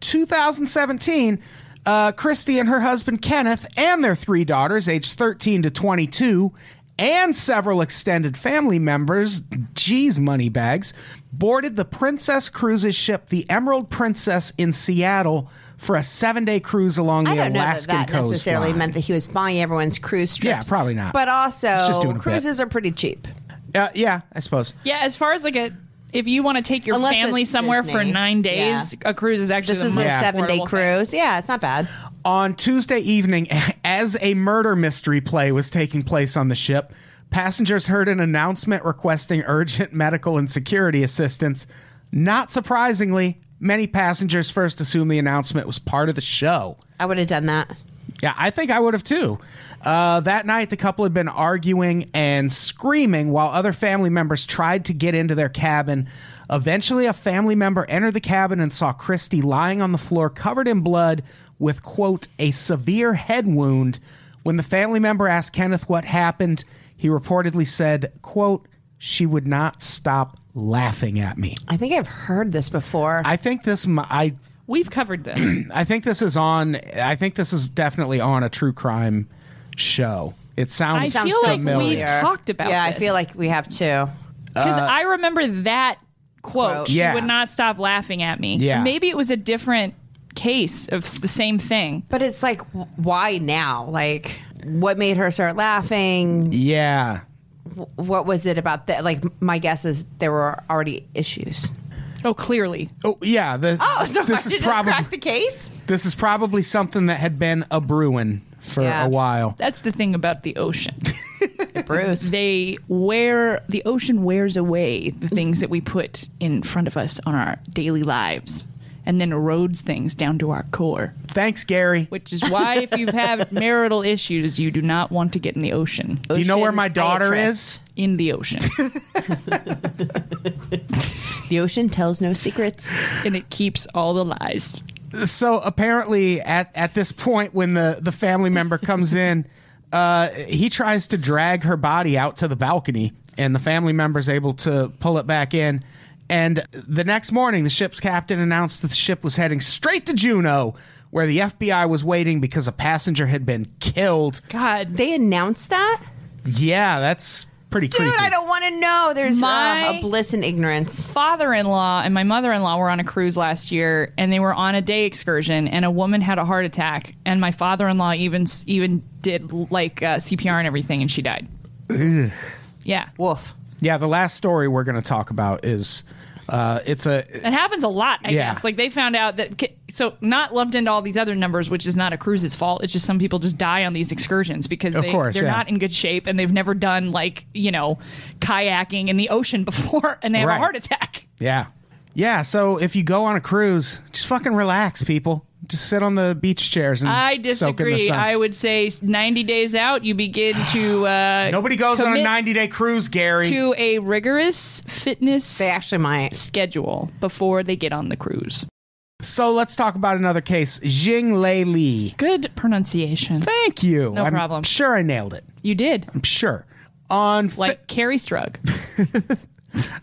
Speaker 5: 2017. Uh, Christy and her husband Kenneth and their three daughters, aged 13 to 22, and several extended family members, geez, money bags, boarded the Princess Cruises ship, the Emerald Princess, in Seattle for a seven day cruise along
Speaker 6: I
Speaker 5: the
Speaker 6: don't know that
Speaker 5: Alaskan
Speaker 6: that
Speaker 5: coast.
Speaker 6: necessarily meant that he was buying everyone's cruise trips.
Speaker 5: Yeah, probably not.
Speaker 6: But also,
Speaker 5: He's just doing a bit.
Speaker 6: cruises are pretty cheap.
Speaker 5: Uh, yeah, I suppose.
Speaker 4: Yeah, as far as like a. If you want to take your
Speaker 6: Unless
Speaker 4: family
Speaker 6: it's
Speaker 4: somewhere for
Speaker 6: Disney.
Speaker 4: nine days, a cruise is actually
Speaker 6: This
Speaker 4: the
Speaker 6: is
Speaker 4: most
Speaker 6: a seven-day
Speaker 4: affordable thing.
Speaker 6: cruise. Yeah, it's not bad.
Speaker 5: On Tuesday evening, (laughs) as a murder mystery play was taking place on the ship, passengers heard an announcement requesting urgent medical and security assistance. Not surprisingly, many passengers first assumed the announcement was part of the show.
Speaker 6: I would have done that.
Speaker 5: Yeah, I think I would have too. Uh, that night, the couple had been arguing and screaming while other family members tried to get into their cabin. Eventually, a family member entered the cabin and saw Christy lying on the floor covered in blood with, quote, a severe head wound. When the family member asked Kenneth what happened, he reportedly said, quote, she would not stop laughing at me.
Speaker 6: I think I've heard this before.
Speaker 5: I think this, mi- I
Speaker 4: We've covered this.
Speaker 6: (clears throat)
Speaker 5: I think this is on. I think this is definitely on a true crime show. It
Speaker 4: I
Speaker 5: sounds
Speaker 4: feel like
Speaker 5: familiar.
Speaker 4: we've talked about
Speaker 6: yeah, I
Speaker 4: this.
Speaker 6: feel like we have too.
Speaker 4: Because I remember that quote.
Speaker 6: Quote.
Speaker 4: She
Speaker 5: Yeah.
Speaker 4: would not stop laughing at me.
Speaker 5: Yeah.
Speaker 4: Maybe it was a different case of s- the same thing.
Speaker 6: But it's like, w- why now? Like, what made her start laughing?
Speaker 5: yeah,
Speaker 6: W- What was it about that? Like, my guess is there were already
Speaker 4: (laughs)
Speaker 6: issues.
Speaker 4: Oh, clearly.
Speaker 5: oh yeah. The,
Speaker 4: (laughs)
Speaker 6: Oh, so
Speaker 5: this
Speaker 6: I
Speaker 5: is
Speaker 6: should
Speaker 5: probably
Speaker 6: just crack the case.
Speaker 5: this is probably something that had been a brewing for
Speaker 6: Yeah.
Speaker 5: a while.
Speaker 4: That's the thing about the ocean.
Speaker 6: Bruce.
Speaker 4: They wear, the ocean wears away the things that we put in front of us on our daily lives and then erodes things down to our core,
Speaker 5: Thanks, Gary.
Speaker 4: which is why if you have marital issues, you do not want to get in the ocean.
Speaker 5: Do you know where
Speaker 6: Ocean
Speaker 5: my daughter
Speaker 6: Beatrice.
Speaker 5: is?
Speaker 4: In the ocean.
Speaker 6: The ocean tells no secrets.
Speaker 4: and it keeps all the lies.
Speaker 5: So apparently, at at this point, when the the family member comes in, uh, he tries to drag her body out to the balcony, and the family member's able to pull it back in. And the next morning, the ship's captain announced that the ship was heading straight to Juneau, where the FBI was waiting because a passenger had been killed.
Speaker 4: God.
Speaker 6: They announced that?
Speaker 5: Yeah, that's pretty
Speaker 6: Dude,
Speaker 5: creepy.
Speaker 6: I don't want to know. There's uh,
Speaker 4: My-
Speaker 6: a bliss in ignorance.
Speaker 4: father-in-law and my mother-in-law were on a cruise last year and they were on a day excursion and a woman had a heart attack and my father-in-law even even did like uh, CPR and everything and she died. Yeah.
Speaker 6: Woof.
Speaker 5: yeah, the last story we're going to talk about is uh, it's a
Speaker 4: It happens a lot, I
Speaker 5: Yeah.
Speaker 4: guess. Like they found out that ki- so not lumped into all these other numbers, which is not a cruise's fault. It's just some people just die on these excursions because
Speaker 5: Of
Speaker 4: they,
Speaker 5: course,
Speaker 4: they're
Speaker 5: yeah.
Speaker 4: not in good shape and they've never done like you know kayaking in the ocean (laughs) before and they have
Speaker 5: Right.
Speaker 4: a heart attack.
Speaker 5: yeah, yeah. So if you go on a cruise, just fucking relax, people. Just sit on the beach chairs and
Speaker 4: I
Speaker 5: Soak in the
Speaker 4: disagree.
Speaker 5: sun.
Speaker 4: I would say 90 days out, you begin to uh,
Speaker 5: Nobody goes on a
Speaker 4: commit
Speaker 5: ninety day cruise, Gary.
Speaker 4: to a rigorous fitness
Speaker 6: They actually might.
Speaker 4: schedule before they get on the cruise.
Speaker 5: so let's talk about another case, Jing Lei Li.
Speaker 4: Good pronunciation.
Speaker 5: Thank you.
Speaker 4: No
Speaker 5: I'm
Speaker 4: problem.
Speaker 5: Sure, I nailed it.
Speaker 4: You did
Speaker 5: I'm sure. On Fe-
Speaker 4: like Carrie Strug.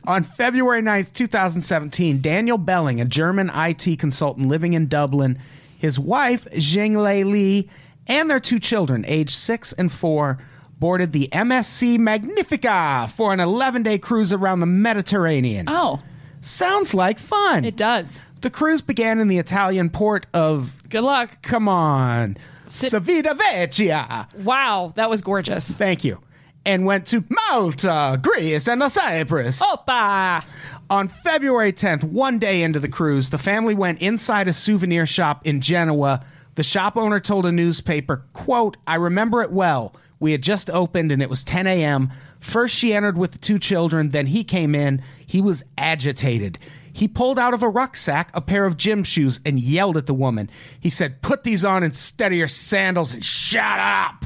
Speaker 5: On February 9th, 2017, Daniel Belling, a German IT consultant living in Dublin, his wife, Jinglei Li, and their two children, aged six and four, boarded the MSC Magnifica for an 11 day cruise around the Mediterranean.
Speaker 4: Oh,
Speaker 5: Sounds like fun.
Speaker 4: it does.
Speaker 5: the cruise began in the Italian port of,
Speaker 4: Good luck.
Speaker 5: come on, Civita Vecchia.
Speaker 4: Wow, that was gorgeous.
Speaker 5: Thank you. And went to Malta, Greece, and Cyprus.
Speaker 4: Opa!
Speaker 5: On February 10th, one day into the cruise, the family went inside a souvenir shop in Genoa. The shop owner told a newspaper, quote, I remember it well. We had just opened and it was 10 a.m. First she entered with the two children, then he came in. He was agitated. He pulled out of a rucksack a pair of gym shoes and yelled at the woman. He said, Put these on instead of your sandals and shut up.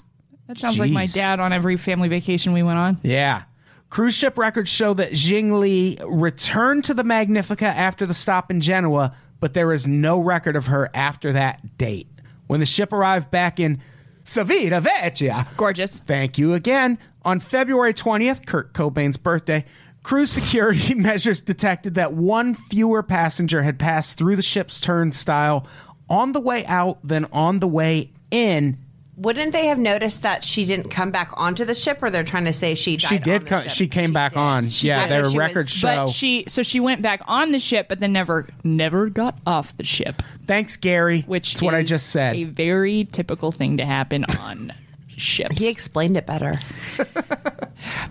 Speaker 4: That sounds like my
Speaker 5: Jeez.
Speaker 4: dad on every family vacation we went on.
Speaker 5: Yeah. Cruise ship records show that Jingli returned to the Magnifica after the stop in Genoa, but there is no record of her after that date. When the ship arrived back in Civita Vecchia,
Speaker 4: Gorgeous.
Speaker 5: thank you again, on February 20th, Kurt Cobain's birthday, cruise security (laughs) measures detected that one fewer passenger had passed through the ship's turnstile on the way out than on the way in.
Speaker 6: Wouldn't they have noticed that she didn't come back onto the ship, or they're trying to say she died
Speaker 5: She
Speaker 6: on
Speaker 5: did
Speaker 6: the
Speaker 5: come,
Speaker 6: ship?
Speaker 5: she came back
Speaker 6: did.
Speaker 5: on.
Speaker 6: She
Speaker 5: yeah,
Speaker 6: did.
Speaker 5: their
Speaker 6: She was-
Speaker 5: records show.
Speaker 4: But she, so she went back on the ship, but then never, never got off the ship,
Speaker 5: Thanks, Gary.
Speaker 4: which
Speaker 5: That's what I
Speaker 4: is
Speaker 5: just said.
Speaker 4: A very typical thing to happen (laughs) on ships
Speaker 6: He explained it better.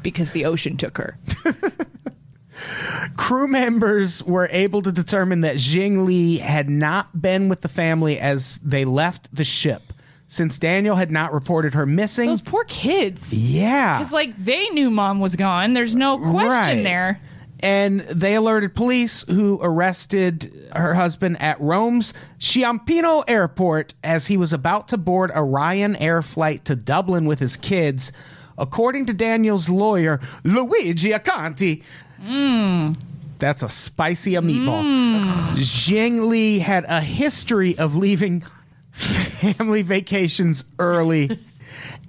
Speaker 4: because the ocean took her.
Speaker 5: Crew members were able to determine that Jing Li had not been with the family as they left the ship. Since Daniel had not reported her missing,
Speaker 4: Those poor kids.
Speaker 5: yeah,
Speaker 4: It's like they knew mom was gone. There's no question
Speaker 5: Right.
Speaker 4: there.
Speaker 5: and they alerted police, who arrested her husband at Rome's Ciampino Airport as he was about to board a Ryan Air flight to Dublin with his kids. According to Daniel's lawyer, Luigi Acanti,
Speaker 4: Hmm.
Speaker 5: That's a spicy a meatball. Jing Li had a history of leaving family vacations early.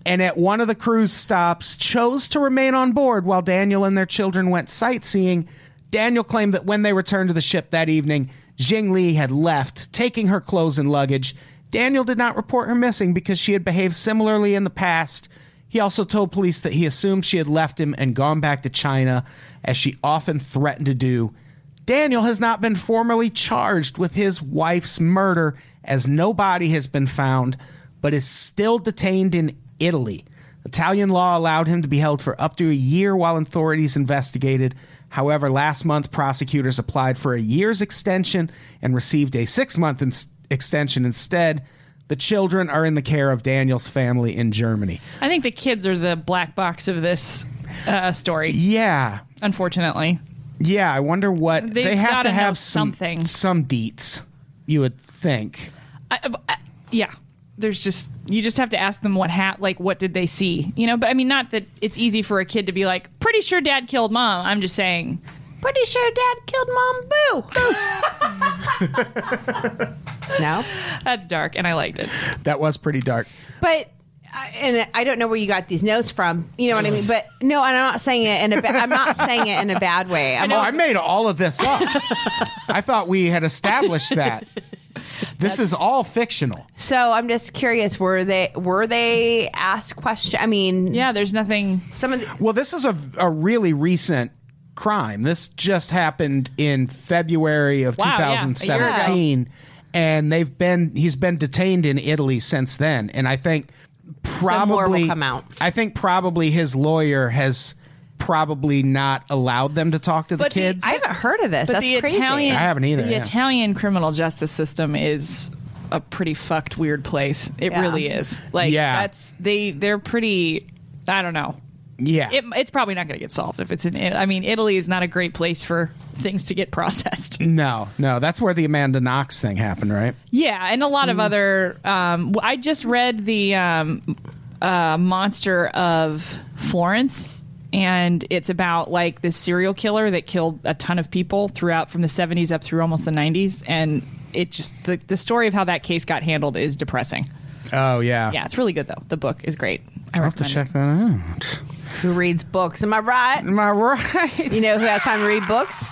Speaker 5: And at one of the cruise stops, chose to remain on board while Daniel and their children went sightseeing. Daniel claimed that when they returned to the ship that evening, Jing Li had left, taking her clothes and luggage. Daniel did not report her missing because she had behaved similarly in the past. He also told police that he assumed she had left him and gone back to China, as she often threatened to do. Daniel has not been formally charged with his wife's murder, as no body has been found, but is still detained in Italy. Italian law allowed him to be held for up to a year while authorities investigated. However, last month, prosecutors applied for a year's extension and received a six month ins- extension instead. The children are in the care of Daniel's family in Germany.
Speaker 4: I think the kids are the black box of this uh, story,
Speaker 5: Yeah.
Speaker 4: unfortunately.
Speaker 5: Yeah, I wonder what they,
Speaker 4: They've
Speaker 5: have
Speaker 4: gotta
Speaker 5: to
Speaker 4: know
Speaker 5: have some,
Speaker 4: something.
Speaker 5: some deets. You would think.
Speaker 4: I, I- yeah there's just you just have to ask them what hat like what did they see you know but i mean not that it's easy for a kid to be like pretty sure dad killed mom i'm just saying
Speaker 6: Pretty sure Dad killed Mom Boo. (laughs) no,
Speaker 4: that's dark and i liked it
Speaker 5: That was pretty dark.
Speaker 6: but I- and I don't know where you got these notes from. You know what I mean? But no, and I'm not saying it in a. Ba- I'm not saying it in a
Speaker 4: (laughs)
Speaker 6: bad way. I'm
Speaker 5: Oh, I made all of this up. I thought we had established that. This is all fictional.
Speaker 6: So I'm just curious, were they were they asked question? I mean,
Speaker 4: Yeah, there's nothing.
Speaker 6: some of the,
Speaker 5: Well, this is a, a really recent crime. This just happened in February of
Speaker 4: Wow, yeah, a year ago.
Speaker 5: 2017, and they've been he's been detained in Italy since then. And I think
Speaker 6: more will
Speaker 5: probably
Speaker 6: come out.
Speaker 5: I think probably his lawyer has probably not allowed them to talk to the
Speaker 4: But do you-
Speaker 5: kids.
Speaker 6: I haven't heard of this.
Speaker 4: But
Speaker 6: That's
Speaker 4: the
Speaker 6: crazy.
Speaker 4: Italian,
Speaker 5: I haven't either,
Speaker 4: The
Speaker 5: yeah.
Speaker 4: Italian criminal justice system is a pretty fucked weird place. It
Speaker 6: Yeah.
Speaker 4: really is. Like
Speaker 5: Yeah.
Speaker 4: that's they they're pretty. I don't know.
Speaker 5: yeah,
Speaker 4: It, it's probably not going to get solved if it's in. I mean, Italy is not a great place for things to get processed.
Speaker 5: no, no, that's where the Amanda Knox thing happened, right?
Speaker 4: Yeah, and a lot of other. Um, w- I just read the um, uh, Monster of Florence, and it's about like this serial killer that killed a ton of people throughout from the 70s up through almost the 90s, and it just the, the story of how that case got handled is depressing.
Speaker 5: Oh yeah,
Speaker 4: Yeah, it's really good though. The book is great. I
Speaker 5: I'll have to
Speaker 4: recommend it.
Speaker 5: check that out.
Speaker 6: who reads books. Am I right? (laughs)
Speaker 5: Am I right?
Speaker 6: You know who has time to read books?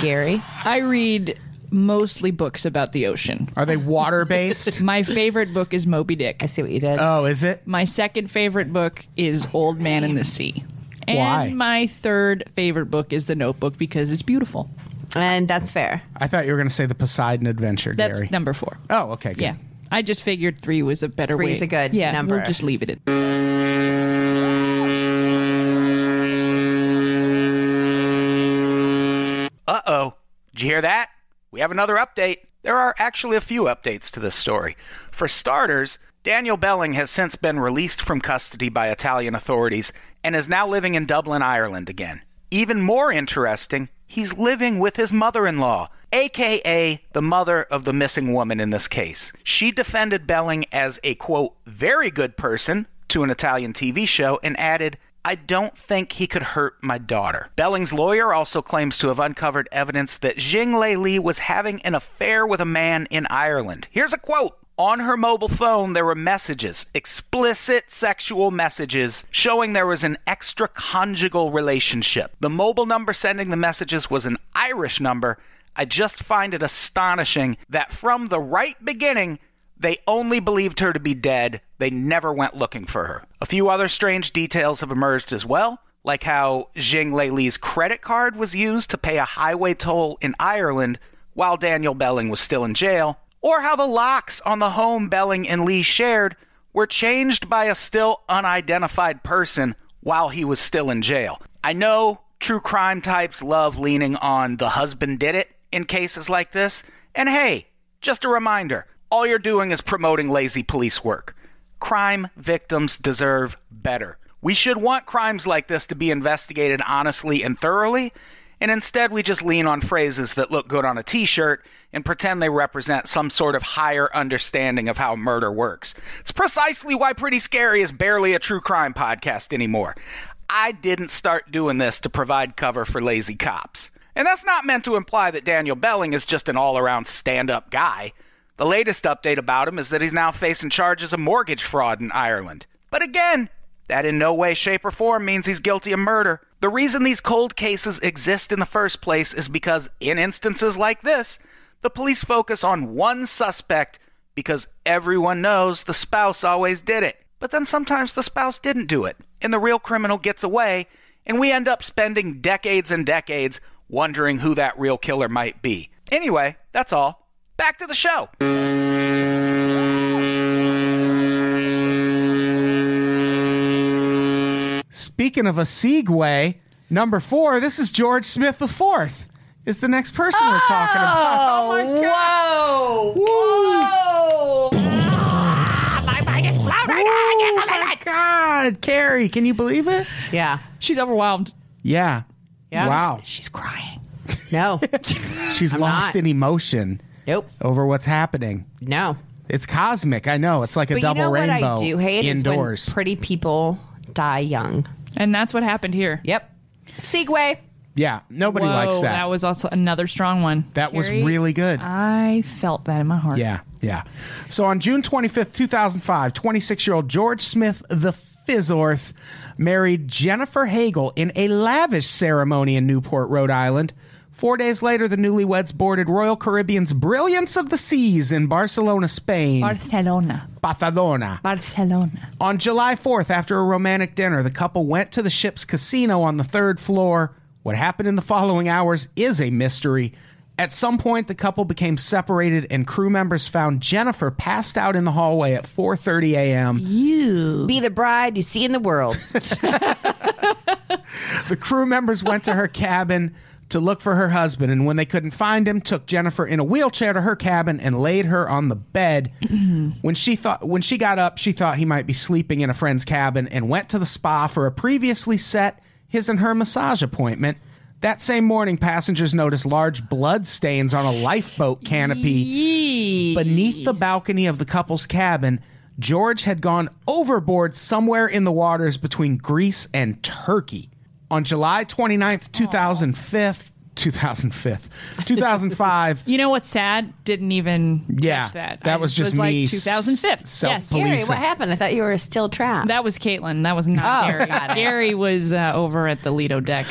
Speaker 6: Gary.
Speaker 4: I read mostly books about the ocean.
Speaker 5: Are they water
Speaker 4: (laughs)
Speaker 5: based?
Speaker 4: My favorite book is Moby Dick.
Speaker 6: I see what you did.
Speaker 5: oh, is it?
Speaker 4: My second favorite book is Old Man in the Sea. And
Speaker 5: Why?
Speaker 4: my third favorite book is The Notebook because it's beautiful.
Speaker 6: and that's fair.
Speaker 5: I thought you were going to say the Poseidon Adventure,
Speaker 4: That's
Speaker 5: Gary.
Speaker 4: number four.
Speaker 5: Oh, okay, good.
Speaker 4: Yeah. I just figured three was a better
Speaker 6: Three's
Speaker 4: way.
Speaker 6: a good
Speaker 4: yeah,
Speaker 6: number.
Speaker 4: We'll just leave it at
Speaker 3: Uh oh. Did you hear that? We have another update. There are actually a few updates to this story. For starters, Daniel Belling has since been released from custody by Italian authorities and is now living in Dublin, Ireland again. Even more interesting, he's living with his mother in law, aka the mother of the missing woman in this case. She defended Belling as a quote, very good person to an Italian TV show and added, I don't think he could hurt my daughter. Belling's lawyer also claims to have uncovered evidence that Jing Lei Li was having an affair with a man in Ireland. Here's a quote. On her mobile phone, there were messages, explicit sexual messages, showing there was an extraconjugal relationship. The mobile number sending the messages was an Irish number. I just find it astonishing that from the right beginning, they only believed her to be dead. They never went looking for her. A few other strange details have emerged as well, like how Jing Lei Li's credit card was used to pay a highway toll in Ireland while Daniel Belling was still in jail, or how the locks on the home Belling and Lee shared were changed by a still unidentified person while he was still in jail. I know true crime types love leaning on the husband did it in cases like this, and hey, just a reminder all you're doing is promoting lazy police work. Crime victims deserve better. We should want crimes like this to be investigated honestly and thoroughly, and instead we just lean on phrases that look good on a t shirt and pretend they represent some sort of higher understanding of how murder works. It's precisely why Pretty Scary is barely a true crime podcast anymore. I didn't start doing this to provide cover for lazy cops. And that's not meant to imply that Daniel Belling is just an all around stand up guy. The latest update about him is that he's now facing charges of mortgage fraud in Ireland. But again, that in no way, shape, or form means he's guilty of murder. The reason these cold cases exist in the first place is because, in instances like this, the police focus on one suspect because everyone knows the spouse always did it. But then sometimes the spouse didn't do it, and the real criminal gets away, and we end up spending decades and decades wondering who that real killer might be. Anyway, that's all. Back to the show.
Speaker 5: Speaking of a segue, number four, this is George Smith the Fourth. Is the next person we're talking about? Oh my god! Whoa! Oh my god, Carrie, can you believe it?
Speaker 6: Yeah.
Speaker 4: She's overwhelmed.
Speaker 5: Yeah.
Speaker 6: Yeah.
Speaker 5: Wow.
Speaker 4: She's crying.
Speaker 5: (laughs)
Speaker 6: No.
Speaker 5: She's lost
Speaker 6: not.
Speaker 5: in emotion
Speaker 6: nope.
Speaker 5: over what's happening.
Speaker 6: No.
Speaker 5: It's cosmic. I know. It's like a
Speaker 6: But
Speaker 5: double
Speaker 6: you know
Speaker 5: rainbow
Speaker 6: what I do hate
Speaker 5: indoors.
Speaker 6: is when pretty people die young.
Speaker 4: And that's what happened here.
Speaker 6: Yep. Segway.
Speaker 5: yeah, nobody
Speaker 4: Whoa,
Speaker 5: likes that.
Speaker 4: that was also another strong one.
Speaker 5: That was
Speaker 4: Carrie,
Speaker 5: really good.
Speaker 6: Uh,
Speaker 4: I felt that in my heart.
Speaker 5: Yeah, yeah. So on June 25th, 2005, 26 year old George Smith the Fizzorth married Jennifer Hagel in a lavish ceremony in Newport, Rhode Island. Four days later, the newlyweds boarded Royal Caribbean's Brilliance of the Seas in Barcelona, Spain.
Speaker 4: Barcelona.
Speaker 5: Barcelona.
Speaker 4: Barcelona.
Speaker 5: On July 4th, after a romantic dinner, the couple went to the ship's casino on the third floor. What happened in the following hours is a mystery. At some point, the couple became separated, and crew members found Jennifer passed out in the hallway at 4:30 a.m.
Speaker 6: Be the bride you see in
Speaker 5: (laughs)
Speaker 6: the world.
Speaker 5: The crew members went to her cabin to look for her husband, and when they couldn't find him, took Jennifer in a wheelchair to her cabin and laid her on the bed. when she thought when she got up, she thought he might be sleeping in a friend's cabin and went to the spa for a previously set his and her massage appointment. That same morning, passengers noticed large blood stains on a lifeboat canopy beneath the balcony of the couple's cabin. George had gone overboard somewhere in the waters between Greece and Turkey. On July 29th, 2005, 2005, 2005,
Speaker 4: You know what's sad? Didn't even
Speaker 5: yeah,
Speaker 4: catch that.
Speaker 5: that,
Speaker 4: I
Speaker 5: was just
Speaker 4: was
Speaker 5: me.
Speaker 4: Like 2005.
Speaker 5: s-
Speaker 4: Yes.
Speaker 5: self-policing.
Speaker 6: Gary, what happened? I thought you were still trapped.
Speaker 4: That was Caitlin. That was not
Speaker 6: Oh,
Speaker 4: Gary. Gary was uh, over at the Lido deck.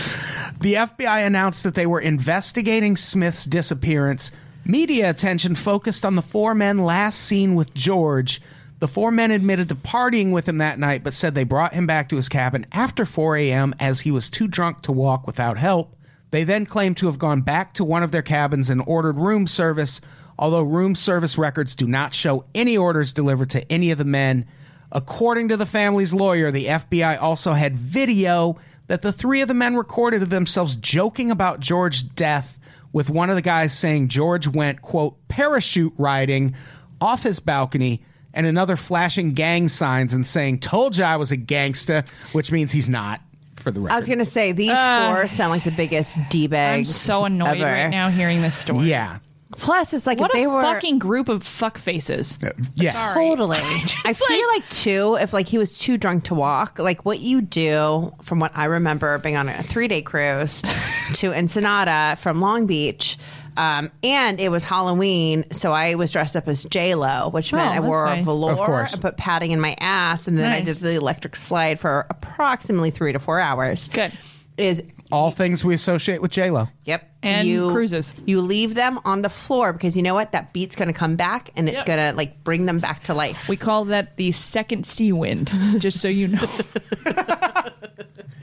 Speaker 5: The FBI announced that they were investigating Smith's disappearance. Media attention focused on the four men last seen with George. The four men admitted to partying with him that night, but said they brought him back to his cabin after 4 a.m. as he was too drunk to walk without help. They then claimed to have gone back to one of their cabins and ordered room service, although room service records do not show any orders delivered to any of the men. According to the family's lawyer, the FBI also had video that the three of the men recorded of themselves joking about George's death, with one of the guys saying George went, quote, parachute riding off his balcony, and another flashing gang signs and saying, Told you I was a gangsta, which means he's not, for the record.
Speaker 6: I was going to say, these four sound like the biggest D
Speaker 4: Uh, I'm
Speaker 6: bags.
Speaker 4: so annoyed
Speaker 6: ever.
Speaker 4: right now hearing this story.
Speaker 5: yeah.
Speaker 6: Plus, it's like
Speaker 4: What
Speaker 6: if they
Speaker 4: a
Speaker 6: were.
Speaker 4: fucking group of fuck faces. (laughs)
Speaker 5: Yeah.
Speaker 6: Totally. I feel like too, if like he was too drunk to walk, like what you do, from what I remember, being on a three
Speaker 4: (laughs)
Speaker 6: day cruise to Ensenada from Long Beach, um, and it was Halloween, so I was dressed up as J Lo, which meant
Speaker 4: Oh,
Speaker 6: I
Speaker 4: that's
Speaker 6: wore
Speaker 4: nice.
Speaker 6: velour
Speaker 5: Of course.
Speaker 6: and put padding in my ass, and then I did
Speaker 4: Nice.
Speaker 6: the electric slide for approximately three to four hours.
Speaker 4: Good.
Speaker 6: Is
Speaker 5: All things we associate with J-Lo.
Speaker 6: Yep.
Speaker 4: And cruises.
Speaker 6: You leave them on the floor because you know what? That beat's going to come back and it's
Speaker 4: Yep.
Speaker 6: going to like bring them back to life.
Speaker 4: We call that the second sea wind, just so you
Speaker 6: (laughs)
Speaker 4: know.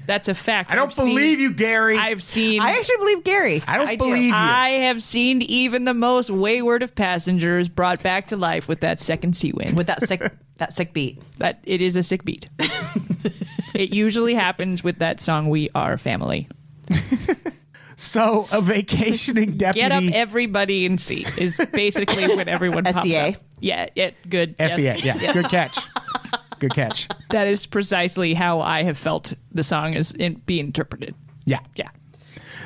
Speaker 4: That's a fact.
Speaker 5: I don't believe you, Gary.
Speaker 4: I've seen.
Speaker 6: I actually believe Gary.
Speaker 5: I don't
Speaker 6: do.
Speaker 5: believe you.
Speaker 4: I have seen even the most wayward of passengers brought back to life with that second sea wind.
Speaker 6: with that sick that sick beat.
Speaker 4: That it is a sick
Speaker 6: (laughs)
Speaker 4: beat. it usually happens with that song "We Are Family."
Speaker 5: so a vacationing deputy.
Speaker 4: Get up, everybody, and see is
Speaker 5: (laughs)
Speaker 4: basically when everyone
Speaker 5: E
Speaker 4: pops
Speaker 6: SEA.
Speaker 4: up. Yeah, yeah, good.
Speaker 5: SEA.
Speaker 4: yes.
Speaker 5: E Yeah. Good catch. Good catch.
Speaker 4: That is precisely how I have felt the song is in, be interpreted.
Speaker 5: Yeah.
Speaker 4: Yeah.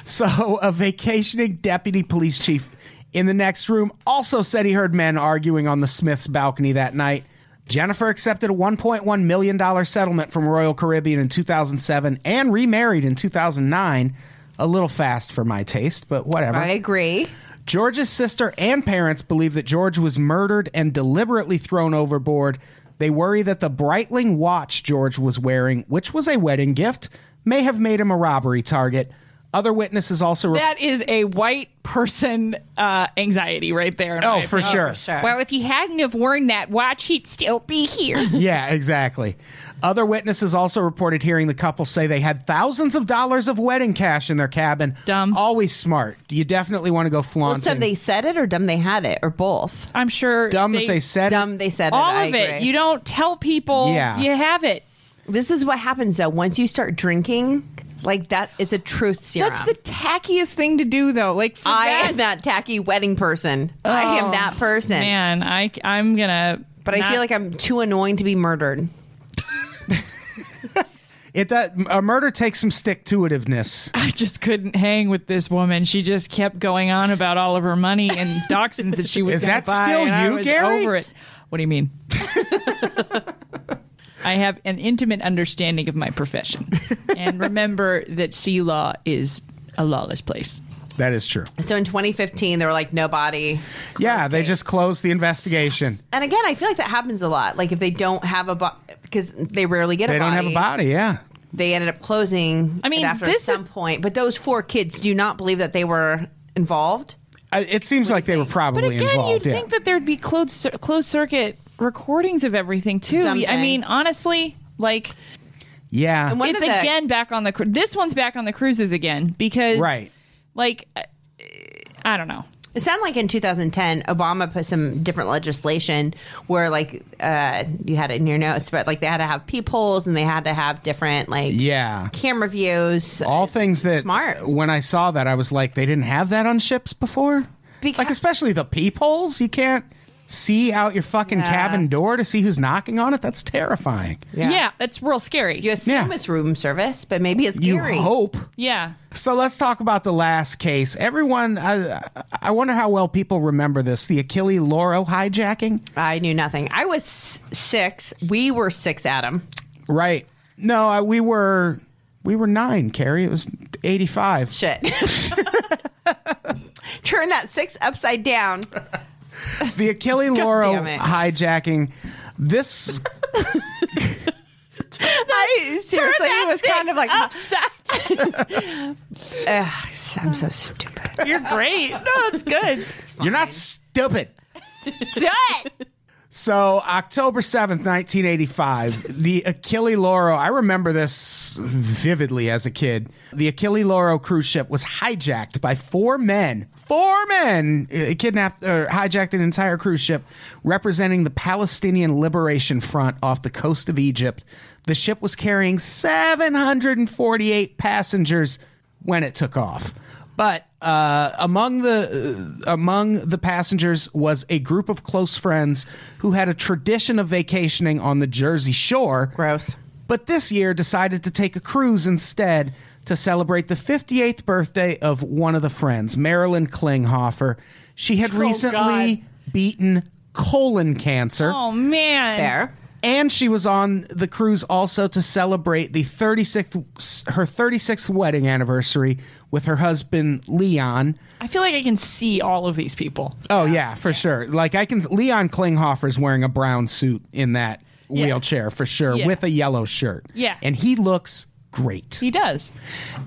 Speaker 5: So a vacationing deputy police chief in the next room also said he heard men arguing on the Smith's balcony that night. Jennifer accepted a $1.1 million settlement from Royal Caribbean in 2007 and remarried in 2009. A little fast for my taste, but whatever.
Speaker 6: I agree.
Speaker 5: George's sister and parents believe that George was murdered and deliberately thrown overboard. They worry that the Breitling watch George was wearing, which was a wedding gift, may have made him a robbery target. Other witnesses also. re-
Speaker 4: That is a white person uh, anxiety right there. in
Speaker 5: oh,
Speaker 4: my
Speaker 5: for
Speaker 4: opinion.
Speaker 5: sure.
Speaker 6: Sure.
Speaker 4: Well, if he hadn't have worn that watch, he'd still be here.
Speaker 5: Yeah, exactly. Other witnesses also reported hearing the couple say they had thousands of dollars of wedding cash in their cabin.
Speaker 4: Dumb.
Speaker 5: Always smart. You definitely want to go flaunting.
Speaker 6: so they said it or dumb they had it or both.
Speaker 4: I'm sure.
Speaker 5: Dumb that they said. it.
Speaker 6: Dumb they said
Speaker 4: all
Speaker 6: it. I
Speaker 4: of it.
Speaker 6: agree.
Speaker 4: You don't tell people
Speaker 5: Yeah.
Speaker 4: you have it.
Speaker 6: this is what happens though. Once you start drinking, like that is a truth serum.
Speaker 4: That's the tackiest thing to do, though. Like for
Speaker 6: I
Speaker 4: that,
Speaker 6: am that tacky wedding person. I am that person.
Speaker 4: Oh, man, I I'm gonna.
Speaker 6: But I feel like I'm too annoying to be murdered.
Speaker 5: It does, a murder takes some stick to itiveness.
Speaker 4: I just couldn't hang with this woman. She just kept going on about all of her money
Speaker 5: (laughs)
Speaker 4: and dachshunds that she was.
Speaker 5: Is
Speaker 4: gonna
Speaker 5: that
Speaker 4: buy,
Speaker 5: still
Speaker 4: and I
Speaker 5: you,
Speaker 4: was
Speaker 5: Gary?
Speaker 4: Over it. What do you
Speaker 5: (laughs)
Speaker 4: mean? I have an intimate understanding of my profession, and remember that sea law is a lawless place.
Speaker 5: That is true.
Speaker 6: So in 2015, they were like nobody.
Speaker 5: yeah, they just closed the investigation.
Speaker 6: And again, I feel like that happens a lot. Like if they don't have a body, because they rarely get
Speaker 5: They
Speaker 6: a body.
Speaker 5: don't have a body, yeah.
Speaker 6: they ended up closing.
Speaker 4: I mean,
Speaker 6: it after
Speaker 4: this
Speaker 6: some
Speaker 4: is-
Speaker 6: point, but those four kids do you not believe that they were involved.
Speaker 5: I, it seems like they were probably
Speaker 4: But again,
Speaker 5: involved.
Speaker 4: you'd
Speaker 5: yeah.
Speaker 4: think that there'd be closed cir- closed circuit recordings of everything too. I
Speaker 6: Something.
Speaker 4: mean, honestly, like
Speaker 5: yeah.
Speaker 6: One
Speaker 4: it's
Speaker 6: of the-
Speaker 4: again back on the cru- this one's back on the cruises again because
Speaker 5: Right.
Speaker 4: like uh, I don't know.
Speaker 6: It sounded like in 2010, Obama put some different legislation where, like, uh, you had it in your notes, but like they had to have peepholes and they had to have different like
Speaker 5: Yeah.
Speaker 6: camera views.
Speaker 5: All things that
Speaker 6: Smart.
Speaker 5: when I saw that I was like, they didn't have that on ships before.
Speaker 6: Because-
Speaker 5: like especially the peepholes. You can't see out your fucking
Speaker 6: Yeah.
Speaker 5: cabin door to see who's knocking on it. That's terrifying.
Speaker 4: Yeah, that's real scary.
Speaker 6: you assume
Speaker 5: Yeah.
Speaker 6: it's room service, but maybe it's
Speaker 5: You
Speaker 6: scary.
Speaker 5: hope.
Speaker 4: yeah.
Speaker 5: So let's talk about the last case. Everyone, I, I wonder how well people remember this: the Achille Lauro hijacking.
Speaker 6: I knew nothing. I was s- six. We were six, Adam.
Speaker 5: Right? No, I, we were we were nine. Carrie, it was eighty-five.
Speaker 6: Shit. (laughs) Turn that six
Speaker 4: (laughs)
Speaker 6: upside down.
Speaker 5: the
Speaker 6: (laughs)
Speaker 5: Achille Lauro
Speaker 6: damn it.
Speaker 5: hijacking.
Speaker 6: (laughs)
Speaker 5: This
Speaker 6: I seriously
Speaker 4: That
Speaker 6: was kind
Speaker 4: thing's
Speaker 6: of like,
Speaker 4: upside.
Speaker 6: Ugh, I'm so stupid.
Speaker 4: (laughs) You're great. No, it's good.
Speaker 5: you're not stupid.
Speaker 4: Done.
Speaker 5: So October seventh, nineteen eighty-five, the Achille Lauro. I remember this vividly as a kid. The Achille Lauro cruise ship was hijacked by four men. Four men uh, kidnapped or hijacked an entire cruise ship representing the Palestinian Liberation Front off the coast of Egypt. The ship was carrying seven hundred and forty-eight passengers when it took off. But uh, among the uh, among the passengers was a group of close friends who had a tradition of vacationing on the Jersey Shore.
Speaker 6: Gross.
Speaker 5: But this year decided to take a cruise instead to celebrate the 58th birthday of one of the friends, Marilyn Klinghoffer. She had recently beaten colon cancer.
Speaker 4: Oh man.
Speaker 6: Fair.
Speaker 5: And she was on the cruise also to celebrate the 36th her 36th wedding anniversary with her husband Leon.
Speaker 4: I feel like I can see all of these people.
Speaker 5: Oh yeah, for sure. Like I can Leon Klinghoffer's wearing a brown suit in that
Speaker 4: Yeah.
Speaker 5: wheelchair for sure
Speaker 4: Yeah.
Speaker 5: with a yellow shirt.
Speaker 4: Yeah.
Speaker 5: And he looks great.
Speaker 4: He does.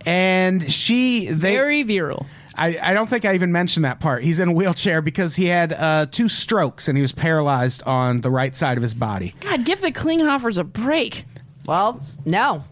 Speaker 5: and she they
Speaker 4: Very virile.
Speaker 5: I, I don't think I even mentioned that part. He's in a wheelchair because he had uh, two strokes and he was paralyzed on the right side of his body.
Speaker 4: God, give the Klinghoffers a break.
Speaker 6: Well, no.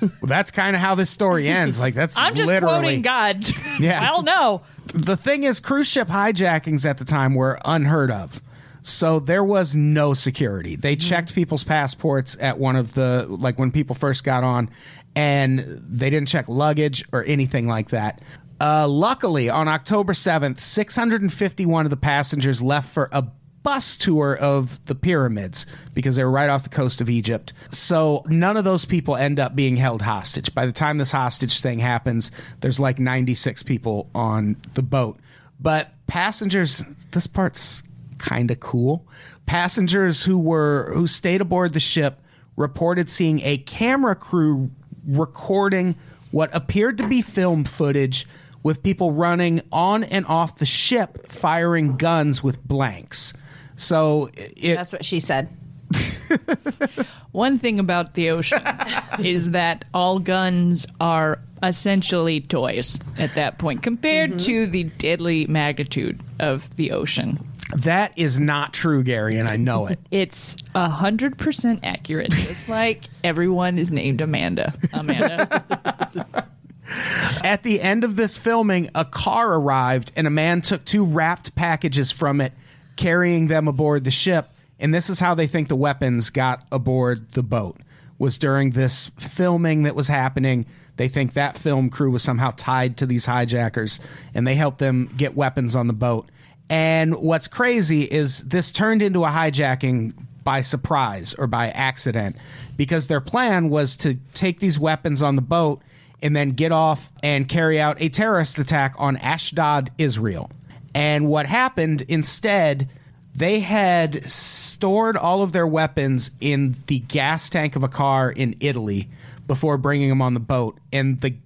Speaker 5: Well, that's kind of how this story ends. Like that's
Speaker 4: (laughs) I'm just
Speaker 5: literally
Speaker 4: quoting God.
Speaker 5: (laughs) Yeah.
Speaker 4: well, no.
Speaker 5: the thing is cruise ship hijackings at the time were unheard of so there was no security they checked people's passports at one of the like when people first got on and they didn't check luggage or anything like that uh, luckily on october 7th 651 of the passengers left for a bus tour of the pyramids because they were right off the coast of Egypt. So none of those people end up being held hostage. By the time this hostage thing happens, there's like 96 people on the boat. But passengers, this part's kind of cool. Passengers who were who stayed aboard the ship reported seeing a camera crew recording what appeared to be film footage with people running on and off the ship firing guns with blanks. So it
Speaker 6: That's what she said.
Speaker 4: One thing about the
Speaker 5: (laughs)
Speaker 4: ocean is that all guns are essentially toys at that point compared
Speaker 5: Mm-hmm.
Speaker 4: to the deadly magnitude of the ocean.
Speaker 5: that is not true, Gary, and I know it.
Speaker 4: It's 100% accurate.
Speaker 5: (laughs)
Speaker 4: Just like everyone is named Amanda. Amanda.
Speaker 5: At the end of this filming, a car arrived and a man took two wrapped packages from it, carrying them aboard the ship. And this is how they think the weapons got aboard the boat was during this filming that was happening. They think that film crew was somehow tied to these hijackers and they helped them get weapons on the boat. And what's crazy is this turned into a hijacking by surprise or by accident because their plan was to take these weapons on the boat and then get off and carry out a terrorist attack on Ashdod, Israel. And what happened instead, they had stored all of their weapons in the gas tank of a car in Italy before bringing them on the boat. And the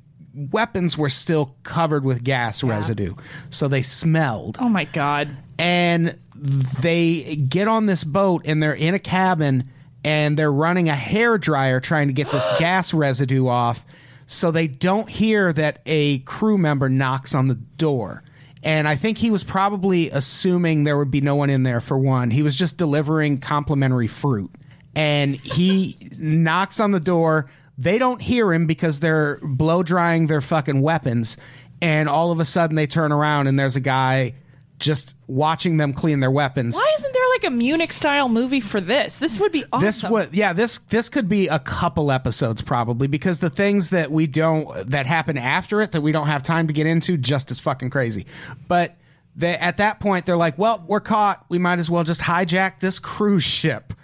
Speaker 5: weapons were still covered with gas residue. So they smelled
Speaker 4: oh my God.
Speaker 5: and they get on this boat and they're in a cabin and they're running a hair dryer trying to get this gas residue off so they don't hear that a crew member knocks on the door. And I think he was probably assuming there would be no one in there for one. He was just delivering complimentary fruit. And he knocks on the door. They don't hear him because they're blow drying their fucking weapons. And all of a sudden they turn around and there's a guy just watching them clean their weapons.
Speaker 4: Why isn't there like a Munich style movie for this? This would be awesome.
Speaker 5: This would yeah, this this could be a couple episodes probably because the things that we don't that happen after it that we don't have time to get into just as fucking crazy. But they, at that point they're like, "Well, we're caught. We might as well just hijack this cruise ship."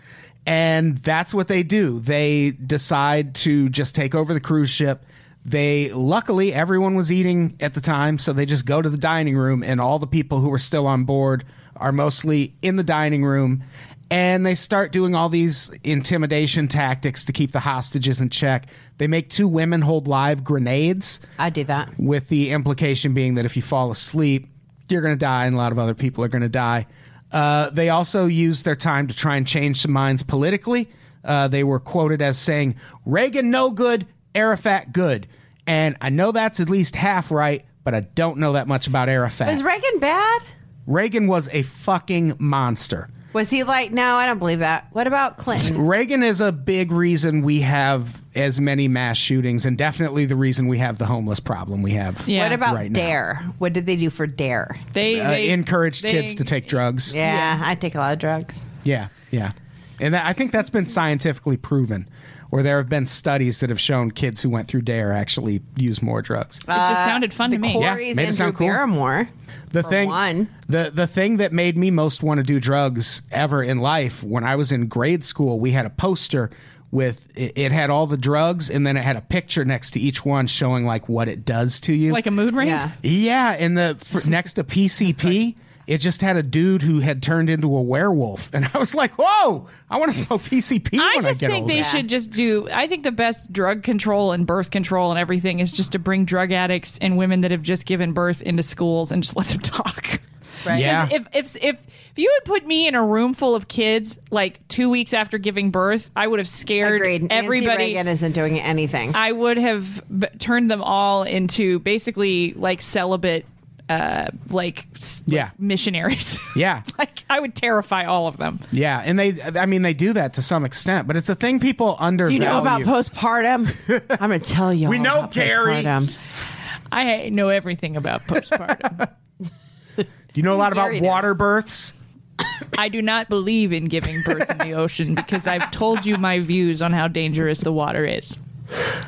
Speaker 5: And that's what they do. They decide to just take over the cruise ship. They luckily everyone was eating at the time, so they just go to the dining room and all the people who were still on board are mostly in the dining room and they start doing all these intimidation tactics to keep the hostages in check. They make two women hold live grenades,
Speaker 6: I did that.
Speaker 5: with the implication being that if you fall asleep, you're going to die, and a lot of other people are going to die. Uh, they also used their time to try and change some minds politically. Uh, they were quoted as saying, Reagan no good, Arafat good. And I know that's at least half right, but I don't know that much about Arafat.
Speaker 6: Was Reagan bad?
Speaker 5: Reagan was a fucking monster.
Speaker 6: Was he like, no, I don't believe that. What about Clinton?
Speaker 5: Reagan is a big reason we have as many mass shootings, and definitely the reason we have the homeless problem we have.
Speaker 4: Yeah.
Speaker 6: what about
Speaker 5: Right now.
Speaker 6: Dare? What did they do for Dare?
Speaker 4: they,
Speaker 5: Uh,
Speaker 4: they
Speaker 5: encouraged
Speaker 4: they-
Speaker 5: kids to take drugs. Yeah,
Speaker 6: Yeah, I take a lot of drugs.
Speaker 5: yeah. And that, I think that's been scientifically proven, where there have been studies that have shown kids who went through DARE E actually use more drugs.
Speaker 4: It
Speaker 6: Uh,
Speaker 4: just sounded fun to me.
Speaker 5: Yeah,
Speaker 6: Corey's
Speaker 5: made it
Speaker 6: Andrew
Speaker 5: sound cool.
Speaker 6: Barrymore.
Speaker 5: the
Speaker 6: for
Speaker 5: thing
Speaker 6: one.
Speaker 5: the the thing that made me most want to do drugs ever in life when i was in grade school we had a poster with it, it had all the drugs and then it had a picture next to each one showing like what it does to you
Speaker 4: Like a mood ring.
Speaker 6: Yeah.
Speaker 5: yeah and the
Speaker 4: (laughs)
Speaker 5: fr next to pcp it just had a dude who had turned into a werewolf and i was like whoa i want to smoke pcp
Speaker 4: I
Speaker 5: when
Speaker 4: just
Speaker 5: i get
Speaker 4: think
Speaker 5: older
Speaker 4: they should just do. I think the best drug control and birth control and everything is just to bring drug addicts and women that have just given birth into schools and just let them (laughs) talk.
Speaker 6: Right.
Speaker 5: yeah
Speaker 4: If, if if if you had put me in a room full of kids like two weeks after giving birth, I would have scared
Speaker 6: Agreed. Nancy
Speaker 4: everybody.
Speaker 6: Reagan isn't doing anything.
Speaker 4: I would have b- turned them all into basically like celibate, uh, like s- like
Speaker 5: Yeah.
Speaker 4: missionaries. (laughs)
Speaker 5: yeah
Speaker 4: like I would terrify all of them.
Speaker 5: yeah and they i mean they do that to some extent but it's a thing people undervalue
Speaker 6: you know about postpartum? (laughs) I'm going to tell you.
Speaker 5: We know,
Speaker 6: about
Speaker 5: Carrie.
Speaker 6: postpartum.
Speaker 4: I know everything about postpartum.
Speaker 5: do you know a lot about
Speaker 6: Gary knows.
Speaker 5: water births
Speaker 4: I do not believe in giving birth in the ocean because I've told you my views on how dangerous the water is.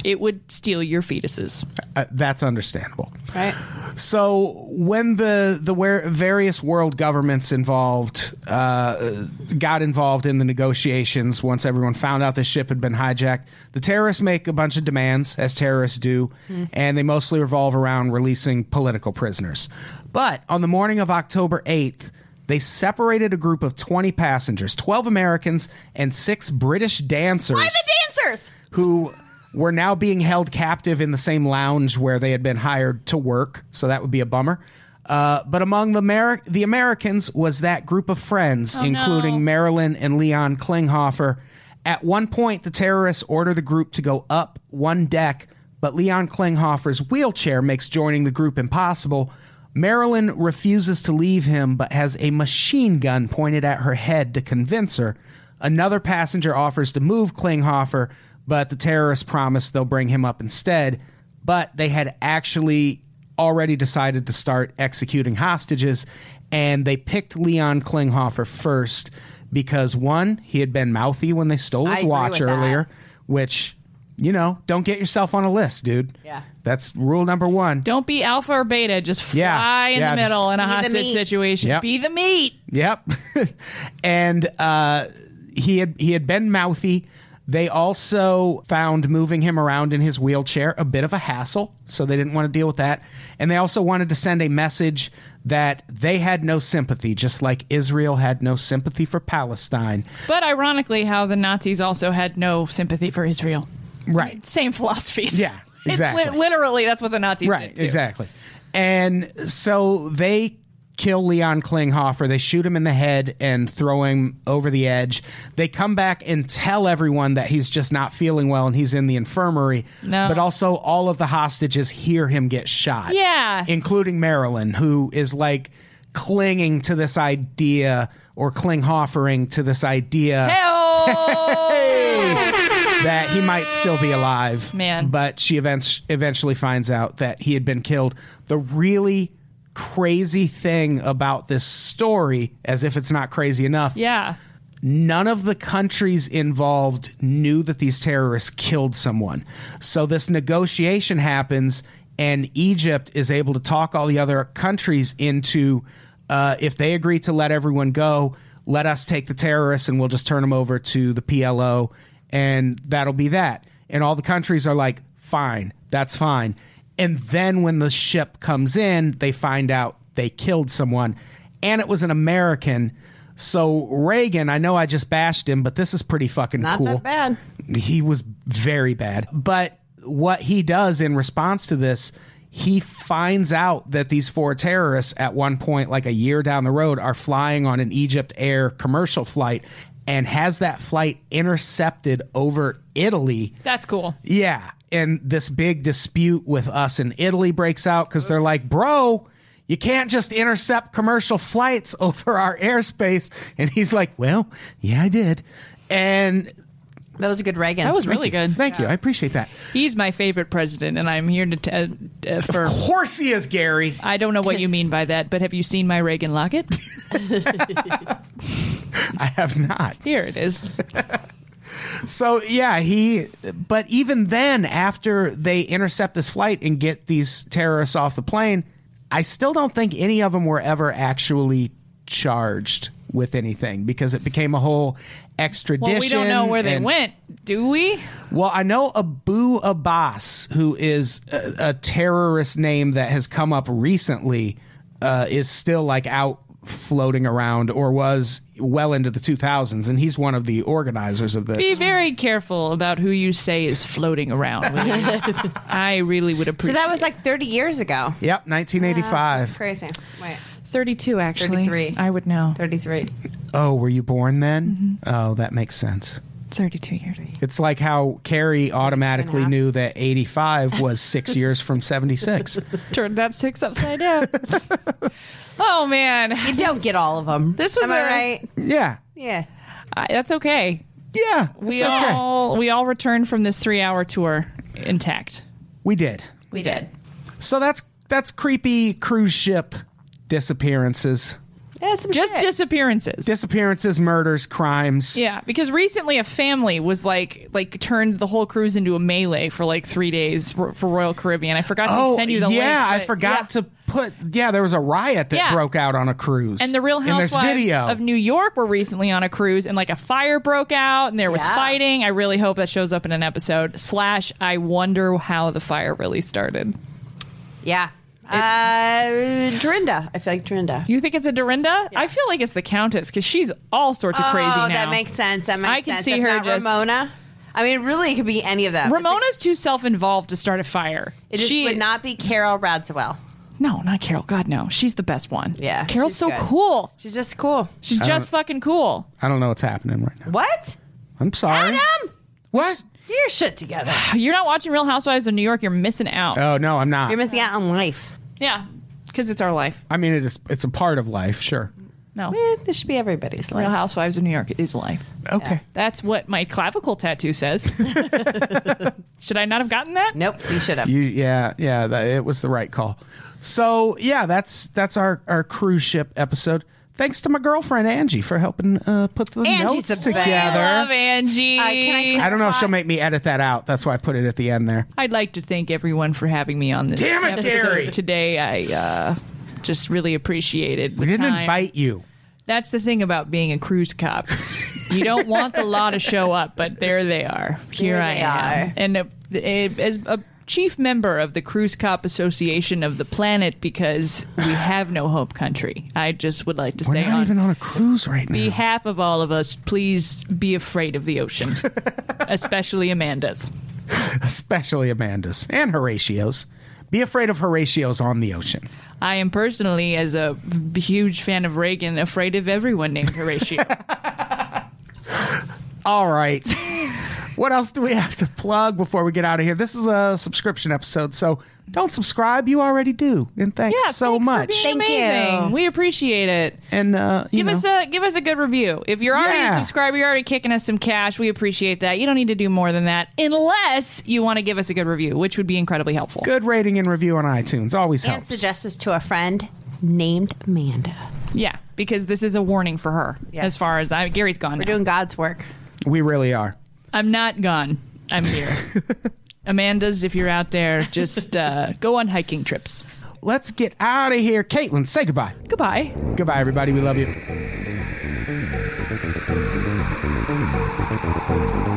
Speaker 4: It would steal your fetuses.
Speaker 5: Uh, that's understandable.
Speaker 6: Right.
Speaker 5: So when the the where various world governments involved uh, got involved in the negotiations, once everyone found out the ship had been hijacked, the terrorists make a bunch of demands, as terrorists do,
Speaker 6: Mm-hmm.
Speaker 5: and they mostly revolve around releasing political prisoners. But on the morning of October eighth. They separated a group of 20 passengers, 12 Americans, and six British dancers
Speaker 6: Why the dancers?
Speaker 5: who were now being held captive in the same lounge where they had been hired to work. So that would be a bummer. Uh, but among the Ameri- the Americans was that group of friends, including Marilyn and Leon Klinghoffer. At one point, the terrorists order the group to go up one deck, but Leon Klinghoffer's wheelchair makes joining the group impossible. Marilyn refuses to leave him, but has a machine gun pointed at her head to convince her. Another passenger offers to move Klinghoffer, but the terrorists promise they'll bring him up instead. But they had actually already decided to start executing hostages, and they picked Leon Klinghoffer first because one, he had been mouthy when they stole
Speaker 6: I
Speaker 5: his
Speaker 6: agree
Speaker 5: watch
Speaker 6: with that.
Speaker 5: earlier, which, you know, don't get yourself on a list, dude.
Speaker 6: Yeah.
Speaker 5: That's rule number one.
Speaker 4: Don't be alpha or beta. Just fly
Speaker 5: Yeah.
Speaker 4: in
Speaker 5: Yeah,
Speaker 4: the
Speaker 5: just
Speaker 4: middle in a
Speaker 6: be the
Speaker 4: hostage
Speaker 6: meat.
Speaker 4: situation.
Speaker 5: Yep.
Speaker 4: Be the meat.
Speaker 5: Yep. (laughs) and uh, he had he had been mouthy. They also found moving him around in his wheelchair a bit of a hassle, so they didn't want to deal with that. And they also wanted to send a message that they had no sympathy, just like Israel had no sympathy for Palestine.
Speaker 4: But ironically, how the Nazis also had no sympathy for Israel.
Speaker 5: Right.
Speaker 4: Same philosophies.
Speaker 5: Yeah,
Speaker 4: (laughs) It's
Speaker 5: exactly.
Speaker 4: lit- literally, that's what the Nazis
Speaker 5: right
Speaker 4: did. too.
Speaker 5: exactly and so they kill Leon Klinghoffer. They shoot him in the head and throw him over the edge. They come back and tell everyone that he's just not feeling well and he's in the infirmary.
Speaker 4: No.
Speaker 5: But also, all of the hostages hear him get shot.
Speaker 4: Yeah.
Speaker 5: Including Marilyn, who is like clinging to this idea or Klinghoffering to this idea that he might still be alive.
Speaker 4: Man.
Speaker 5: But she events- eventually finds out that he had been killed. The really crazy thing about this story, as if it's not crazy enough,
Speaker 4: yeah.
Speaker 5: none of the countries involved knew that these terrorists killed someone. So this negotiation happens, and Egypt is able to talk all the other countries into uh, if they agree to let everyone go, let us take the terrorists and we'll just turn them over to the PLO, and that'll be that. And all the countries are like, fine, that's fine. And then when the ship comes in, they find out they killed someone, and it was an American. So Reagan, I know I just bashed him, but this is pretty fucking
Speaker 6: Not
Speaker 5: cool.
Speaker 6: that bad.
Speaker 5: He was very bad. But what he does in response to this, he finds out that these four terrorists at one point, like a year down the road, are flying on an Egypt Air commercial flight and has that flight intercepted over Italy.
Speaker 4: That's cool.
Speaker 5: Yeah. And this big dispute with us in Italy breaks out because they're like, bro, you can't just intercept commercial flights (laughs) over our airspace. And he's like, well, yeah, I did. And
Speaker 6: That was a good Reagan.
Speaker 4: That was really good.
Speaker 5: thank you. I appreciate that.
Speaker 4: He's my favorite president, and I'm here to t- uh, uh, for.
Speaker 5: Of course he
Speaker 4: (laughs)
Speaker 5: is, Gary.
Speaker 4: I don't know what you mean by that, but have you seen my Reagan locket?
Speaker 5: I have not.
Speaker 4: Here it
Speaker 5: (laughs)
Speaker 4: is.
Speaker 5: So, yeah, he, but even then, after they intercept this flight and get these terrorists off the plane, I still don't think any of them were ever actually charged with anything because it became a whole extradition.
Speaker 4: Well, we don't know where they
Speaker 5: and-
Speaker 4: went, do we?
Speaker 5: Well, I know Abu Abbas, who is a, a terrorist name that has come up recently, uh, is still like out floating around or was well into the 2000s, and he's one of the organizers of this.
Speaker 4: Be very careful about who you say is floating around. will you?
Speaker 5: (laughs)
Speaker 4: I really would
Speaker 6: so
Speaker 4: appreciate.
Speaker 6: that was like 30 years ago.
Speaker 5: Yep, 1985.
Speaker 6: Crazy. Wait,
Speaker 4: thirty-two, actually.
Speaker 6: 33.
Speaker 4: I would know.
Speaker 6: 33.
Speaker 5: oh, were you born then?
Speaker 4: Mm-hmm.
Speaker 5: Oh, that makes sense.
Speaker 4: Thirty-two years.
Speaker 5: It's like how Carrie automatically knew that
Speaker 4: (laughs)
Speaker 5: 85 was six years from 76.
Speaker 4: Turned that six upside
Speaker 5: (laughs)
Speaker 4: down. oh man,
Speaker 6: You don't get all of them.
Speaker 4: This was
Speaker 6: Am I
Speaker 4: a-
Speaker 6: right?
Speaker 5: Yeah.
Speaker 6: Yeah.
Speaker 4: I, that's okay.
Speaker 5: Yeah.
Speaker 4: We
Speaker 5: it's okay.
Speaker 4: all we all returned from this three-hour tour intact.
Speaker 5: we did.
Speaker 6: We did.
Speaker 5: So that's that's creepy cruise ship disappearances.
Speaker 6: That's some
Speaker 4: Just
Speaker 6: shit.
Speaker 4: disappearances.
Speaker 5: disappearances, murders, crimes.
Speaker 4: Yeah, because recently a family was like like turned the whole cruise into a melee for like three days ro- for Royal Caribbean. I forgot
Speaker 5: Oh,
Speaker 4: to send you the
Speaker 5: yeah,
Speaker 4: link.
Speaker 5: I
Speaker 4: but-
Speaker 5: forgot
Speaker 4: yeah.
Speaker 5: to put. Yeah, there was a riot that
Speaker 4: Yeah.
Speaker 5: broke out on a cruise,
Speaker 4: And the Real
Speaker 5: there's
Speaker 4: Housewives
Speaker 5: video.
Speaker 4: of New York were recently on a cruise, and like a fire broke out, and there was
Speaker 6: Yeah.
Speaker 4: fighting. I really hope that shows up in an episode. Slash, I wonder how the fire really started.
Speaker 6: Yeah. Uh, Dorinda. I feel like Dorinda.
Speaker 4: You think it's a Dorinda? I feel like it's the Countess because she's all sorts of crazy now.
Speaker 6: Oh, that makes sense. That makes
Speaker 4: I can
Speaker 6: sense.
Speaker 4: see
Speaker 6: If
Speaker 4: her
Speaker 6: not
Speaker 4: just-
Speaker 6: Ramona. I mean, really, it could be any of them. It's like-
Speaker 4: Ramona's too self-involved to start a fire.
Speaker 6: It just
Speaker 4: she
Speaker 6: would not be Carol Radswell.
Speaker 4: No, not Carol. God no, she's the best one.
Speaker 6: Yeah,
Speaker 4: Carol's
Speaker 6: she's
Speaker 4: so
Speaker 6: good.
Speaker 4: cool.
Speaker 6: She's just cool.
Speaker 4: She's just fucking cool. (sighs)
Speaker 5: I don't know what's happening right now.
Speaker 6: What?
Speaker 5: I'm sorry.
Speaker 6: Adam,
Speaker 5: What?
Speaker 6: get your shit together.
Speaker 4: You're not watching Real Housewives of New York. You're missing out.
Speaker 5: Oh no, I'm
Speaker 6: You're
Speaker 5: not.
Speaker 6: missing out on life.
Speaker 4: yeah, because it's our life.
Speaker 5: I mean, it is. It's a part of life, sure.
Speaker 4: No,
Speaker 6: Eh, this should be everybody's
Speaker 4: Real
Speaker 6: life.
Speaker 4: Housewives of New York is life.
Speaker 5: Okay.
Speaker 4: That's what my clavicle tattoo
Speaker 5: (laughs)
Speaker 4: says. Should I not have gotten that?
Speaker 6: Nope, you should have.
Speaker 5: You, yeah, yeah. That, it was the right call. So yeah, that's that's our our cruise ship episode. Thanks to my girlfriend Angie for helping uh, put the
Speaker 6: Angie's
Speaker 5: notes
Speaker 6: the best.
Speaker 5: together.
Speaker 4: Love Angie.
Speaker 6: Uh, can
Speaker 5: I don't know if she'll make me edit that out. That's why I put it at the end there.
Speaker 4: I'd like to thank everyone for having me on this
Speaker 5: Damn it,
Speaker 4: episode
Speaker 5: Gary.
Speaker 4: today. I uh, just really appreciated.
Speaker 5: We didn't invite you.
Speaker 4: That's the thing about being a cruise cop. you don't want the law to show up, but there they are. Here
Speaker 6: There
Speaker 4: I
Speaker 6: they
Speaker 4: am.
Speaker 6: are.
Speaker 4: And uh, uh, as a chief member of the Cruise Cop Association of the planet, because we have no home country, I just would like to
Speaker 5: We're
Speaker 4: say
Speaker 5: not
Speaker 4: on
Speaker 5: even on a cruise right now. (laughs)
Speaker 4: behalf of all of us, please be afraid of the
Speaker 5: (laughs)
Speaker 4: ocean, especially Amanda's.
Speaker 5: especially Amanda's and Horatio's. Be afraid of Horatio's on the ocean.
Speaker 4: I am personally, as a huge fan of Reagan, afraid of everyone named Horatio.
Speaker 5: All right. (laughs) what else do we have to plug before we get out of here? This is a subscription episode, so don't subscribe. You already do. And thanks
Speaker 4: yeah,
Speaker 5: (laughs) so
Speaker 4: thanks for
Speaker 5: much.
Speaker 4: being
Speaker 6: Thank
Speaker 4: amazing.
Speaker 6: you.
Speaker 4: We appreciate it.
Speaker 5: and uh, you
Speaker 4: Give
Speaker 5: know,
Speaker 4: us a give us a good review. If you're already
Speaker 5: Yeah.
Speaker 4: a subscriber, you're already kicking us some cash. We appreciate that. You don't need to do more than that, unless you want to give us a good review, which would be incredibly helpful.
Speaker 5: good rating and review on iTunes always
Speaker 6: And
Speaker 5: helps.
Speaker 6: suggest this to a friend named Amanda.
Speaker 4: Yeah, because this is a warning for her.
Speaker 6: Yeah.
Speaker 4: As far as I, Gary's gone.
Speaker 6: We're
Speaker 4: now.
Speaker 6: doing God's work.
Speaker 5: we really are.
Speaker 4: I'm not gone. I'm
Speaker 5: (laughs)
Speaker 4: here. Amanda's, if you're out there, just uh, go on hiking trips.
Speaker 5: Let's get out of here. Caitlin, say goodbye.
Speaker 4: Goodbye.
Speaker 5: Goodbye, everybody. We love you.
Speaker 2: Thank you.